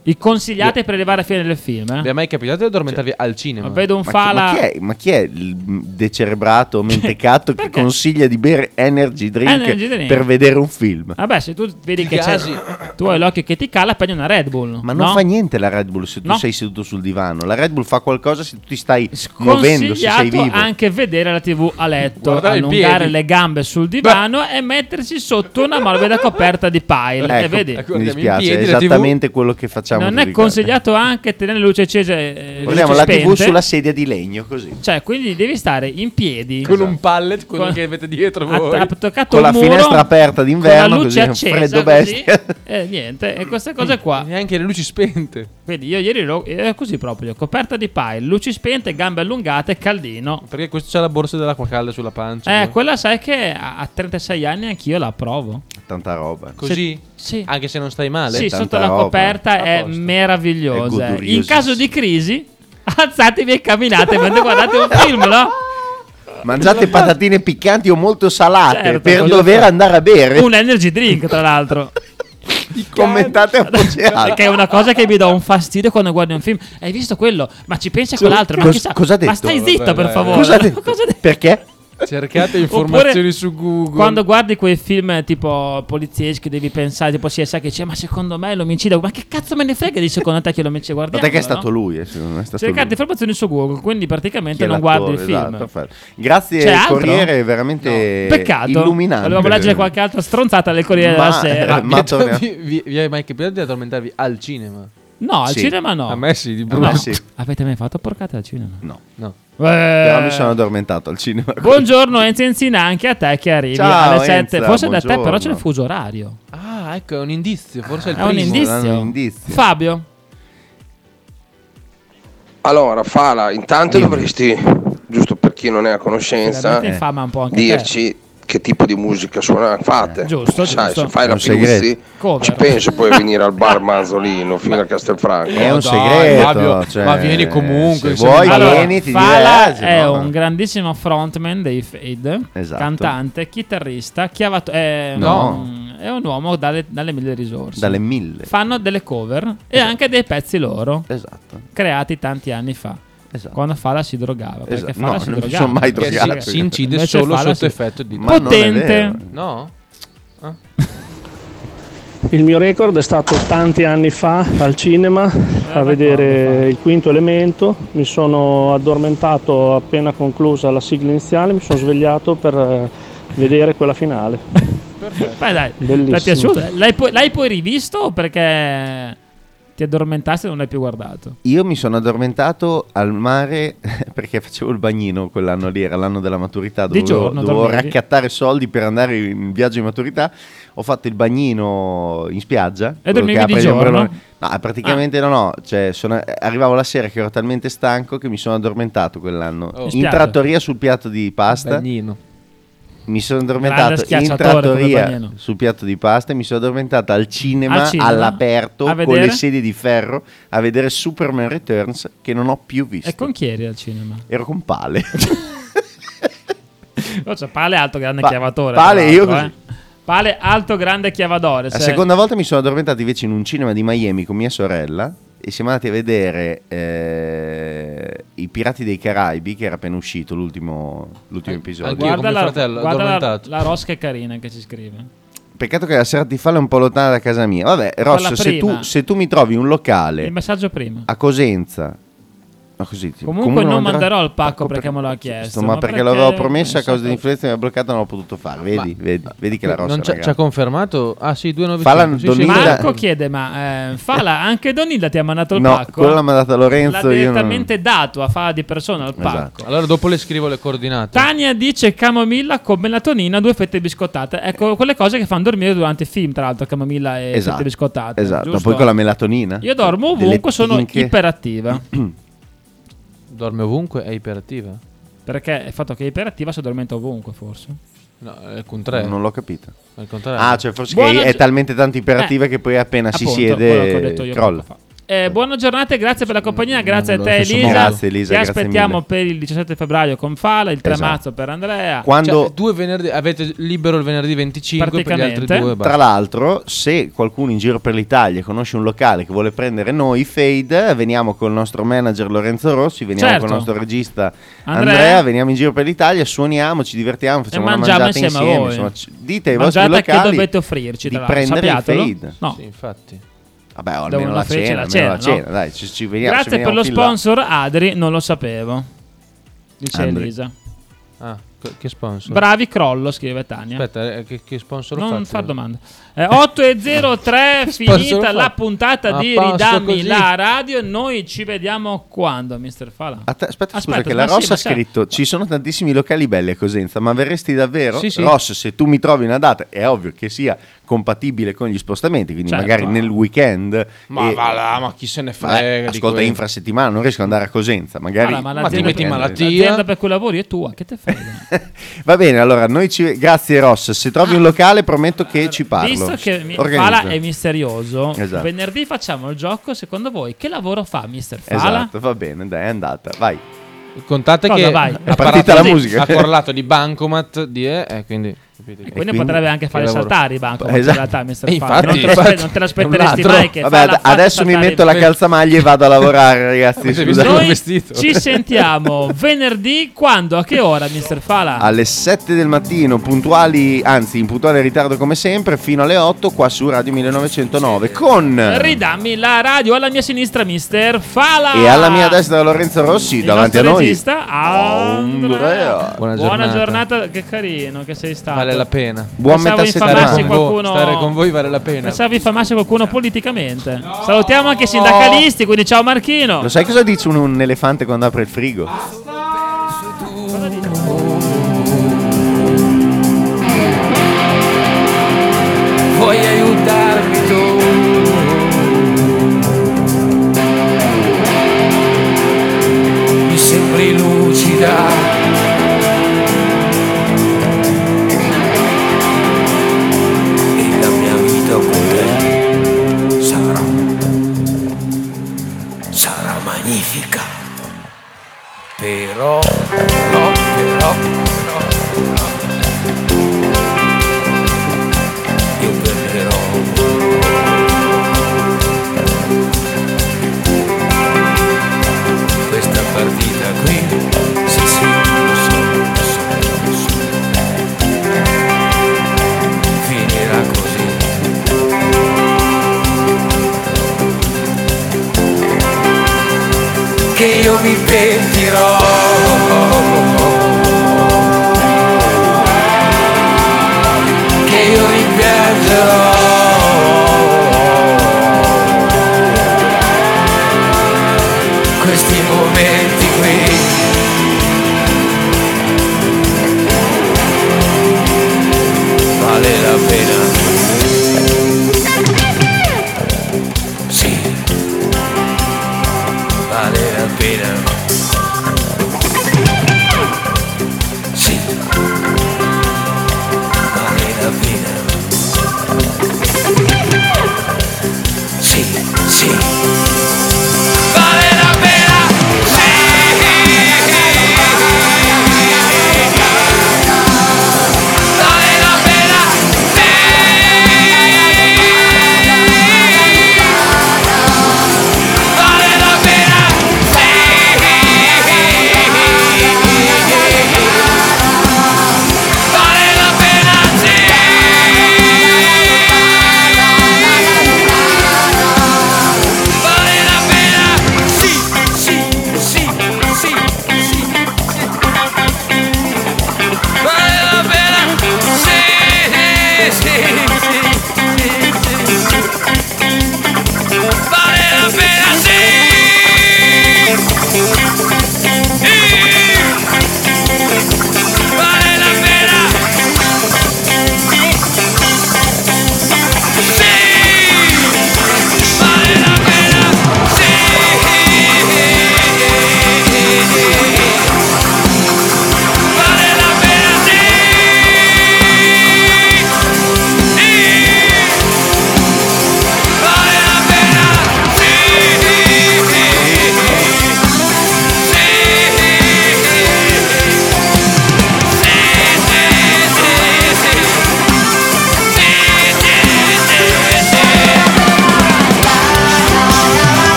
S4: I consigliati per arrivare a fine del film. eh.
S5: Vi è mai capitato di addormentarvi al cinema?
S4: Vedo un
S3: Ma chi-
S4: fala.
S3: Ma chi, è, ma chi è
S4: [laughs]
S3: il decerebrato, mentecato che consiglia di bere energy drink,
S4: Energy drink.
S3: per vedere un film?
S4: Vabbè, se tu vedi
S5: Ti
S4: che c'è,
S5: gasi.
S4: tu hai l'occhio che ti cala, prendi una Red Bull.
S3: Ma non
S4: no?
S3: fa niente la Red Bull se tu
S4: No.
S3: sei seduto sul divano. La Red Bull fa qualcosa se tu ti stai muovendo, se sei
S4: consigliato
S3: vivo.
S4: anche vedere la TV a letto,
S5: Guardare i
S4: allungare
S5: piedi.
S4: le gambe sul divano e mettersi sotto una morbida coperta di pile. e
S3: Ecco,
S4: vedi,
S3: mi
S5: in
S3: dispiace,
S5: piedi,
S3: è
S5: la TV.
S3: esattamente quello che facciamo.
S4: non
S3: tutti
S4: è
S3: i
S4: consigliato anche tenere le luci accese. eh,
S3: giorni.
S4: le
S3: Vogliamo
S4: luci
S3: la TV
S4: spente.
S3: sulla sedia di legno, così.
S4: Cioè, quindi devi stare in piedi.
S5: Con un pallet, quello
S4: Con-
S5: che avete dietro
S4: Ha,
S5: voi.
S4: ha toccato
S3: Con
S4: un
S3: la
S4: muro,
S3: finestra aperta d'inverno,
S4: con
S3: così
S4: la luce
S3: è un
S4: accesa,
S3: freddo
S4: così,
S3: bestia.
S4: e niente, e questa cosa qua.
S5: ah. Neanche le luci spente.
S4: Vedi, io ieri ero ero così proprio, coperta di pile, luci spente, gambe allungate, caldino.
S5: Perché questo c'ha la borsa dell'acqua calda sulla pancia.
S4: Eh, quella sai che a a 36 anni anch'io la provo.
S3: Tanta roba.
S5: Così?
S4: Sì.
S5: Anche se non stai male.
S4: Sì,
S5: Ah, Tanta
S4: sotto la
S5: roba.
S4: coperta
S5: A
S4: è
S5: posto.
S4: meravigliosa.
S5: È
S4: In caso di crisi, [laughs] alzatevi e camminate mentre guardate un film, no?
S3: Mangiate patatine piccanti o molto salate
S4: Certo,
S3: per
S4: cosa
S3: dover
S4: fa?
S3: andare a bere.
S4: Un energy drink, tra l'altro.
S3: [laughs] Commentate a voce alta.
S4: Perché è una cosa che mi dà un fastidio quando guardi un film. Hai visto quello? Ma ci pensa quell'altro? Ma,
S3: Cos-
S4: chissà-
S3: cosa ha detto?
S4: ma stai zitto,
S5: Vabbè,
S4: per
S5: dai.
S4: favore. [laughs]
S3: Cosa ha detto? Perché?
S5: Cercate informazioni su Google.
S4: Quando guardi quei film tipo polizieschi, devi pensare, tipo CSI che dice, ma secondo me è l'omicidio. Ma che cazzo me ne frega di secondo te che l'omicidio guardiamo?
S3: Guardate che è
S4: no?
S3: stato lui. eh, secondo me È stato
S4: Cercate
S3: lui.
S4: informazioni su Google, quindi praticamente
S3: Chi è
S4: non
S3: l'attore,
S4: guardi il film.
S3: esatto, perfetto. Grazie
S4: C'è
S3: al
S4: altro?
S3: Corriere, è veramente
S4: Peccato.
S3: illuminante.
S4: Volevamo leggere qualche altra stronzata del Corriere
S3: Ma-
S4: della
S3: [laughs]
S4: Sera.
S3: ma- torniamo-
S5: [laughs] vi, vi, vi è mai capitato di addormentarvi al cinema?
S4: No, al Sì. cinema no.
S5: A me sì, di
S4: A
S5: brutto.
S4: me sì. Avete mai fatto porcate al cinema? Eh,
S3: No.
S5: No.
S3: Però mi sono addormentato al cinema.
S4: Buongiorno Enzo Enzina, anche a te che arrivi
S3: Ciao,
S4: alle 7.
S3: Enza,
S4: Forse da te
S3: buongiorno.
S4: però c'è il fuso orario.
S5: Ah, ecco, è un indizio. Forse è il
S4: È un
S5: primo.
S4: indizio.
S3: un indizio.
S4: Fabio,
S6: Allora, Fala, intanto dovresti, giusto per chi non è a conoscenza,
S4: veramente infama un po' anche
S6: eh,
S4: Eh,
S6: dirci che tipo di musica suona fate.
S4: Giusto,
S6: Sai,
S4: giusto.
S6: se fai
S3: È
S6: la
S3: un segreto.
S6: Piruzzi,
S4: Cover.
S6: ci pensi
S4: [laughs]
S6: poi a venire al bar Manzolino fino a Castelfranco.
S3: È un
S5: dai,
S3: segreto.
S5: Fabio,
S3: cioè,
S5: ma vieni comunque,
S3: Se
S5: insomma.
S3: vuoi,
S5: Allora,
S3: vieni, ti
S4: Fala
S3: diverti,
S4: è
S3: no, ma-
S4: un grandissimo frontman dei Fade,
S3: Esatto.
S4: cantante, chitarrista, chiavato- è,
S3: No.
S4: mm, è un uomo dalle, dalle mille risorse.
S3: Dalle mille.
S4: Fanno delle cover e anche dei pezzi loro.
S3: Esatto.
S4: Creati tanti anni fa.
S3: Esatto.
S4: Quando Fala si drogava. Perché
S3: Esatto.
S4: Fala
S3: No,
S4: si
S3: non mi
S4: drogava.
S3: sono mai
S4: Perché
S3: drogato.
S5: Si incide
S4: invece
S5: solo
S4: Fala
S5: sotto
S4: si-
S5: effetto di
S3: Ma non è
S4: Potente.
S3: vero.
S5: No? Ah.
S14: Il mio record è stato tanti anni fa al cinema
S4: Eh,
S14: a vedere il quinto elemento. Mi sono addormentato appena conclusa la sigla iniziale, mi sono svegliato per eh, vedere quella finale.
S4: Beh, dai, ti
S14: Bellissimo.
S4: è piaciuto? L'hai poi, l'hai poi rivisto o perché ti addormentaste e non l'hai più guardato?
S3: Io mi sono addormentato al mare [laughs] perché facevo il bagnino quell'anno lì, era l'anno della maturità,
S4: Di
S3: dovevo,
S4: giorno
S3: dovevo
S4: dormivi.
S3: raccattare soldi per andare in viaggio di maturità, ho fatto il bagnino in spiaggia. quello che
S4: dormivi di
S3: apre gli
S4: giorno? Ah.
S3: ombrelloni. No, praticamente no, no, cioè, sono- arrivavo la sera che ero talmente stanco che mi sono addormentato quell'anno.
S5: Oh. In
S3: In
S5: spiaggia?
S3: trattoria sul piatto di pasta.
S5: Bagnino.
S3: Mi sono
S4: Grande
S3: addormentato in
S4: schiacciatore come
S3: trattoria
S4: Bagnino.
S3: sul piatto di pasta e mi sono addormentato al cinema,
S4: Al cinema,
S3: all'aperto
S4: a
S3: con
S4: vedere?
S3: le sedie di ferro a vedere Superman Returns che non ho più visto.
S4: E con chi eri al cinema?
S3: Ero
S4: [laughs]
S3: con Pale.
S4: No, c'è cioè, Pale alto grande
S3: Pa-
S4: chiavatore.
S3: Pale,
S4: tra l'altro,
S3: io così.
S4: eh. Pale alto grande chiavadore.
S3: La
S4: se-
S3: seconda volta mi sono addormentato invece in un cinema di Miami con mia sorella e siamo andati a vedere eh, I Pirati dei Caraibi che era appena uscito l'ultimo, l'ultimo
S4: Eh,
S3: episodio.
S4: guarda la, guarda la- la rosca è carina che ci scrive.
S3: Peccato che la sera di fa è un po' lontana da casa mia. Vabbè, Rosso, se
S4: prima.
S3: tu, se tu mi trovi un locale...
S4: Il messaggio prima.
S3: a Cosenza. Ma così, tipo,
S4: Comunque, non manderò il pacco perché me l'ha chiesto.
S3: Sto, ma perché, l'avevo promesso a causa di influenza mi ha bloccato non l'ho potuto
S4: Ah.
S3: fare. Vedi, vedi, vedi che la rossa
S5: Non c'ha- ci
S3: ragazzi.
S5: ha confermato? Ah sì,
S3: Falla
S5: 295. Sì, sì.
S3: Donilda-
S4: Marco chiede, ma eh, Fala, anche Donilda ti ha mandato il
S3: No,
S4: pacco?
S3: quello l'ha mandato Lorenzo,
S4: L'ha
S3: io non-
S4: direttamente dato a Fala di persona il pacco.
S5: Esatto. Allora dopo le scrivo le coordinate.
S4: Tania dice camomilla con melatonina, due fette biscottate. Ecco, quelle cose che fanno dormire durante i film, tra l'altro, camomilla e
S3: Esatto,
S4: fette biscottate.
S3: esatto.
S4: giusto?
S3: Poi con la melatonina.
S4: Io dormo
S3: Delle
S4: ovunque, sono
S3: tinche. [clears throat]
S4: iperattiva.
S5: Dorme ovunque, è iperattiva.
S4: Perché il fatto che è iperattiva si addormenta ovunque, forse.
S5: No, è il contrario.
S3: Non l'ho capito.
S5: È il contrario.
S3: Ah, cioè forse
S4: Buona
S3: che è
S4: gio-
S3: talmente tanto iperattiva
S4: Eh,
S3: che poi appena si
S4: appunto, quello che ho detto
S3: siede
S4: io
S3: crolla.
S4: Eh, buona giornata, e grazie per la compagnia, grazie a
S3: lo
S4: te
S3: stesso
S4: Elisa.
S3: modo. Grazie, Elisa,
S4: Ti
S3: grazie
S4: aspettiamo
S3: mille.
S4: per il 17 febbraio con Fala, il 3
S3: Esatto.
S4: marzo per Andrea.
S3: Quando-
S5: Cioè, due venerdì, avete libero il venerdì 25 per gli altri due. basta.
S3: Tra l'altro, se qualcuno in giro per l'Italia conosce un locale che vuole prendere noi, Fade, veniamo col nostro manager Lorenzo Rossi, veniamo
S4: Certo.
S3: col nostro regista
S4: Andrea.
S3: Andrea, veniamo in giro per l'Italia, suoniamo, ci divertiamo, facciamo una
S4: mangiamo
S3: mangiata
S4: insieme a
S3: insieme.
S4: voi.
S3: insomma, ci- dite ai
S4: Mangiate
S3: vostri
S4: che
S3: locali
S4: dovete offrirci,
S3: di
S4: tra l'altro,
S3: prendere il
S4: sappiatelo?
S3: Fade.
S4: No.
S5: Sì, infatti.
S3: Vabbè, o
S4: Devono
S3: almeno la
S4: offrirci
S3: cena,
S4: la
S3: almeno la
S4: cena,
S3: cena,
S4: no?
S3: dai, ci, ci veniamo. ci
S4: grazie per
S3: veniamo
S4: lo
S3: fin là.
S4: sponsor Adri, non lo sapevo. Dice
S3: Andri.
S4: Elisa.
S5: Ah, co- che sponsor?
S4: Bravi crollo, scrive Tania.
S5: Aspetta, eh, che, che sponsor
S4: Non
S5: ho fatto?
S4: far domande. Eh, 8 e
S5: [laughs]
S4: 03
S5: Sponsor
S4: finita
S5: fa-
S4: la puntata di
S5: Ah, basta
S4: Ridammi
S5: così.
S4: la radio. Noi ci vediamo quando, Mr. Fala.
S3: Aspetta, aspetta, scusa,
S4: Aspetta,
S3: che la
S4: ma sì,
S3: Rossa
S4: ma
S3: ha
S4: sai-
S3: scritto: Ci sono tantissimi locali belli a Cosenza, ma verresti davvero?
S4: Sì, sì.
S3: Ross, se tu mi trovi una data, è ovvio che sia compatibile con gli spostamenti, quindi
S5: Certo.
S3: magari nel weekend.
S5: Ma
S3: e-
S5: va là, Eh, ma chi se ne
S3: Ma, eh,
S5: frega di
S3: ascolta,
S5: quello.
S3: infrasettimana, non riesco ad andare a Cosenza, magari.
S4: Allora, ma
S3: ti
S4: l'azienda-
S3: metti in
S4: L'azienda per cui lavori è tua, che te frega?
S3: Va bene, allora, noi ci... grazie Ross. Se trovi un locale, prometto che [laughs] ci parlo.
S4: Ah. Visto che mi-
S3: Organizzo.
S4: Fala è misterioso,
S3: Esatto.
S4: venerdì facciamo il gioco. Secondo voi che lavoro fa Mr. Fala?
S3: Esatto, va bene, dai, è andata, vai.
S5: Contate
S4: Cosa
S5: che
S4: vai?
S5: ha
S4: È
S3: partita
S5: parlato-
S3: la musica.
S5: Ha parlato di bancomat, di eh, eh, quindi, capite?
S4: E quindi potrebbe anche fare
S5: che lavoro.
S4: saltare i bancomat,
S5: Esatto.
S4: in realtà, Mr.
S5: E
S4: Fala. Non te lo aspe- non te l'aspetteresti
S5: è un ladro.
S4: mai che
S3: Vabbè,
S4: Fala
S3: ad-
S4: faccia
S3: adesso mi
S4: saltare
S3: metto la
S4: i-
S3: calzamaglia e vado a lavorare, ragazzi.
S5: Avete
S3: Scusate.
S4: Noi ci
S3: [laughs]
S4: sentiamo venerdì quando? A che ora, Mr. Fala?
S3: alle 7 del mattino, puntuali, anzi in puntuale ritardo come sempre, fino alle 8 qua su Radio 1909 con...
S4: Ridammi la radio alla mia sinistra, Mr. Fala.
S3: E alla mia destra Lorenzo Rossi,
S4: Il
S3: davanti a
S4: nostro
S3: noi.
S4: regista, Andrea.
S3: Andrea.
S5: Buona
S4: Buona
S5: giornata.
S4: giornata, che carino che sei stato.
S5: Vale la pena.
S3: Buon
S4: Pensavo
S3: metà
S4: infamassi
S5: settimana.
S4: Esatto. qualcuno-
S5: Stare con voi vale la pena.
S4: Pensavo infamasse qualcuno politicamente. Salutiamo anche i sindacalisti, quindi ciao Marchino.
S3: Lo sai cosa dice un, un elefante quando apre il frigo?
S15: vuoi aiutarmi tu. Mi sembri lucida. E la mia vita con te sarà, sarà magnifica. Però, però, però, però, io perderò. Questa partita qui, sì sì, lo so, lo so, lo so. finirà così. pentirò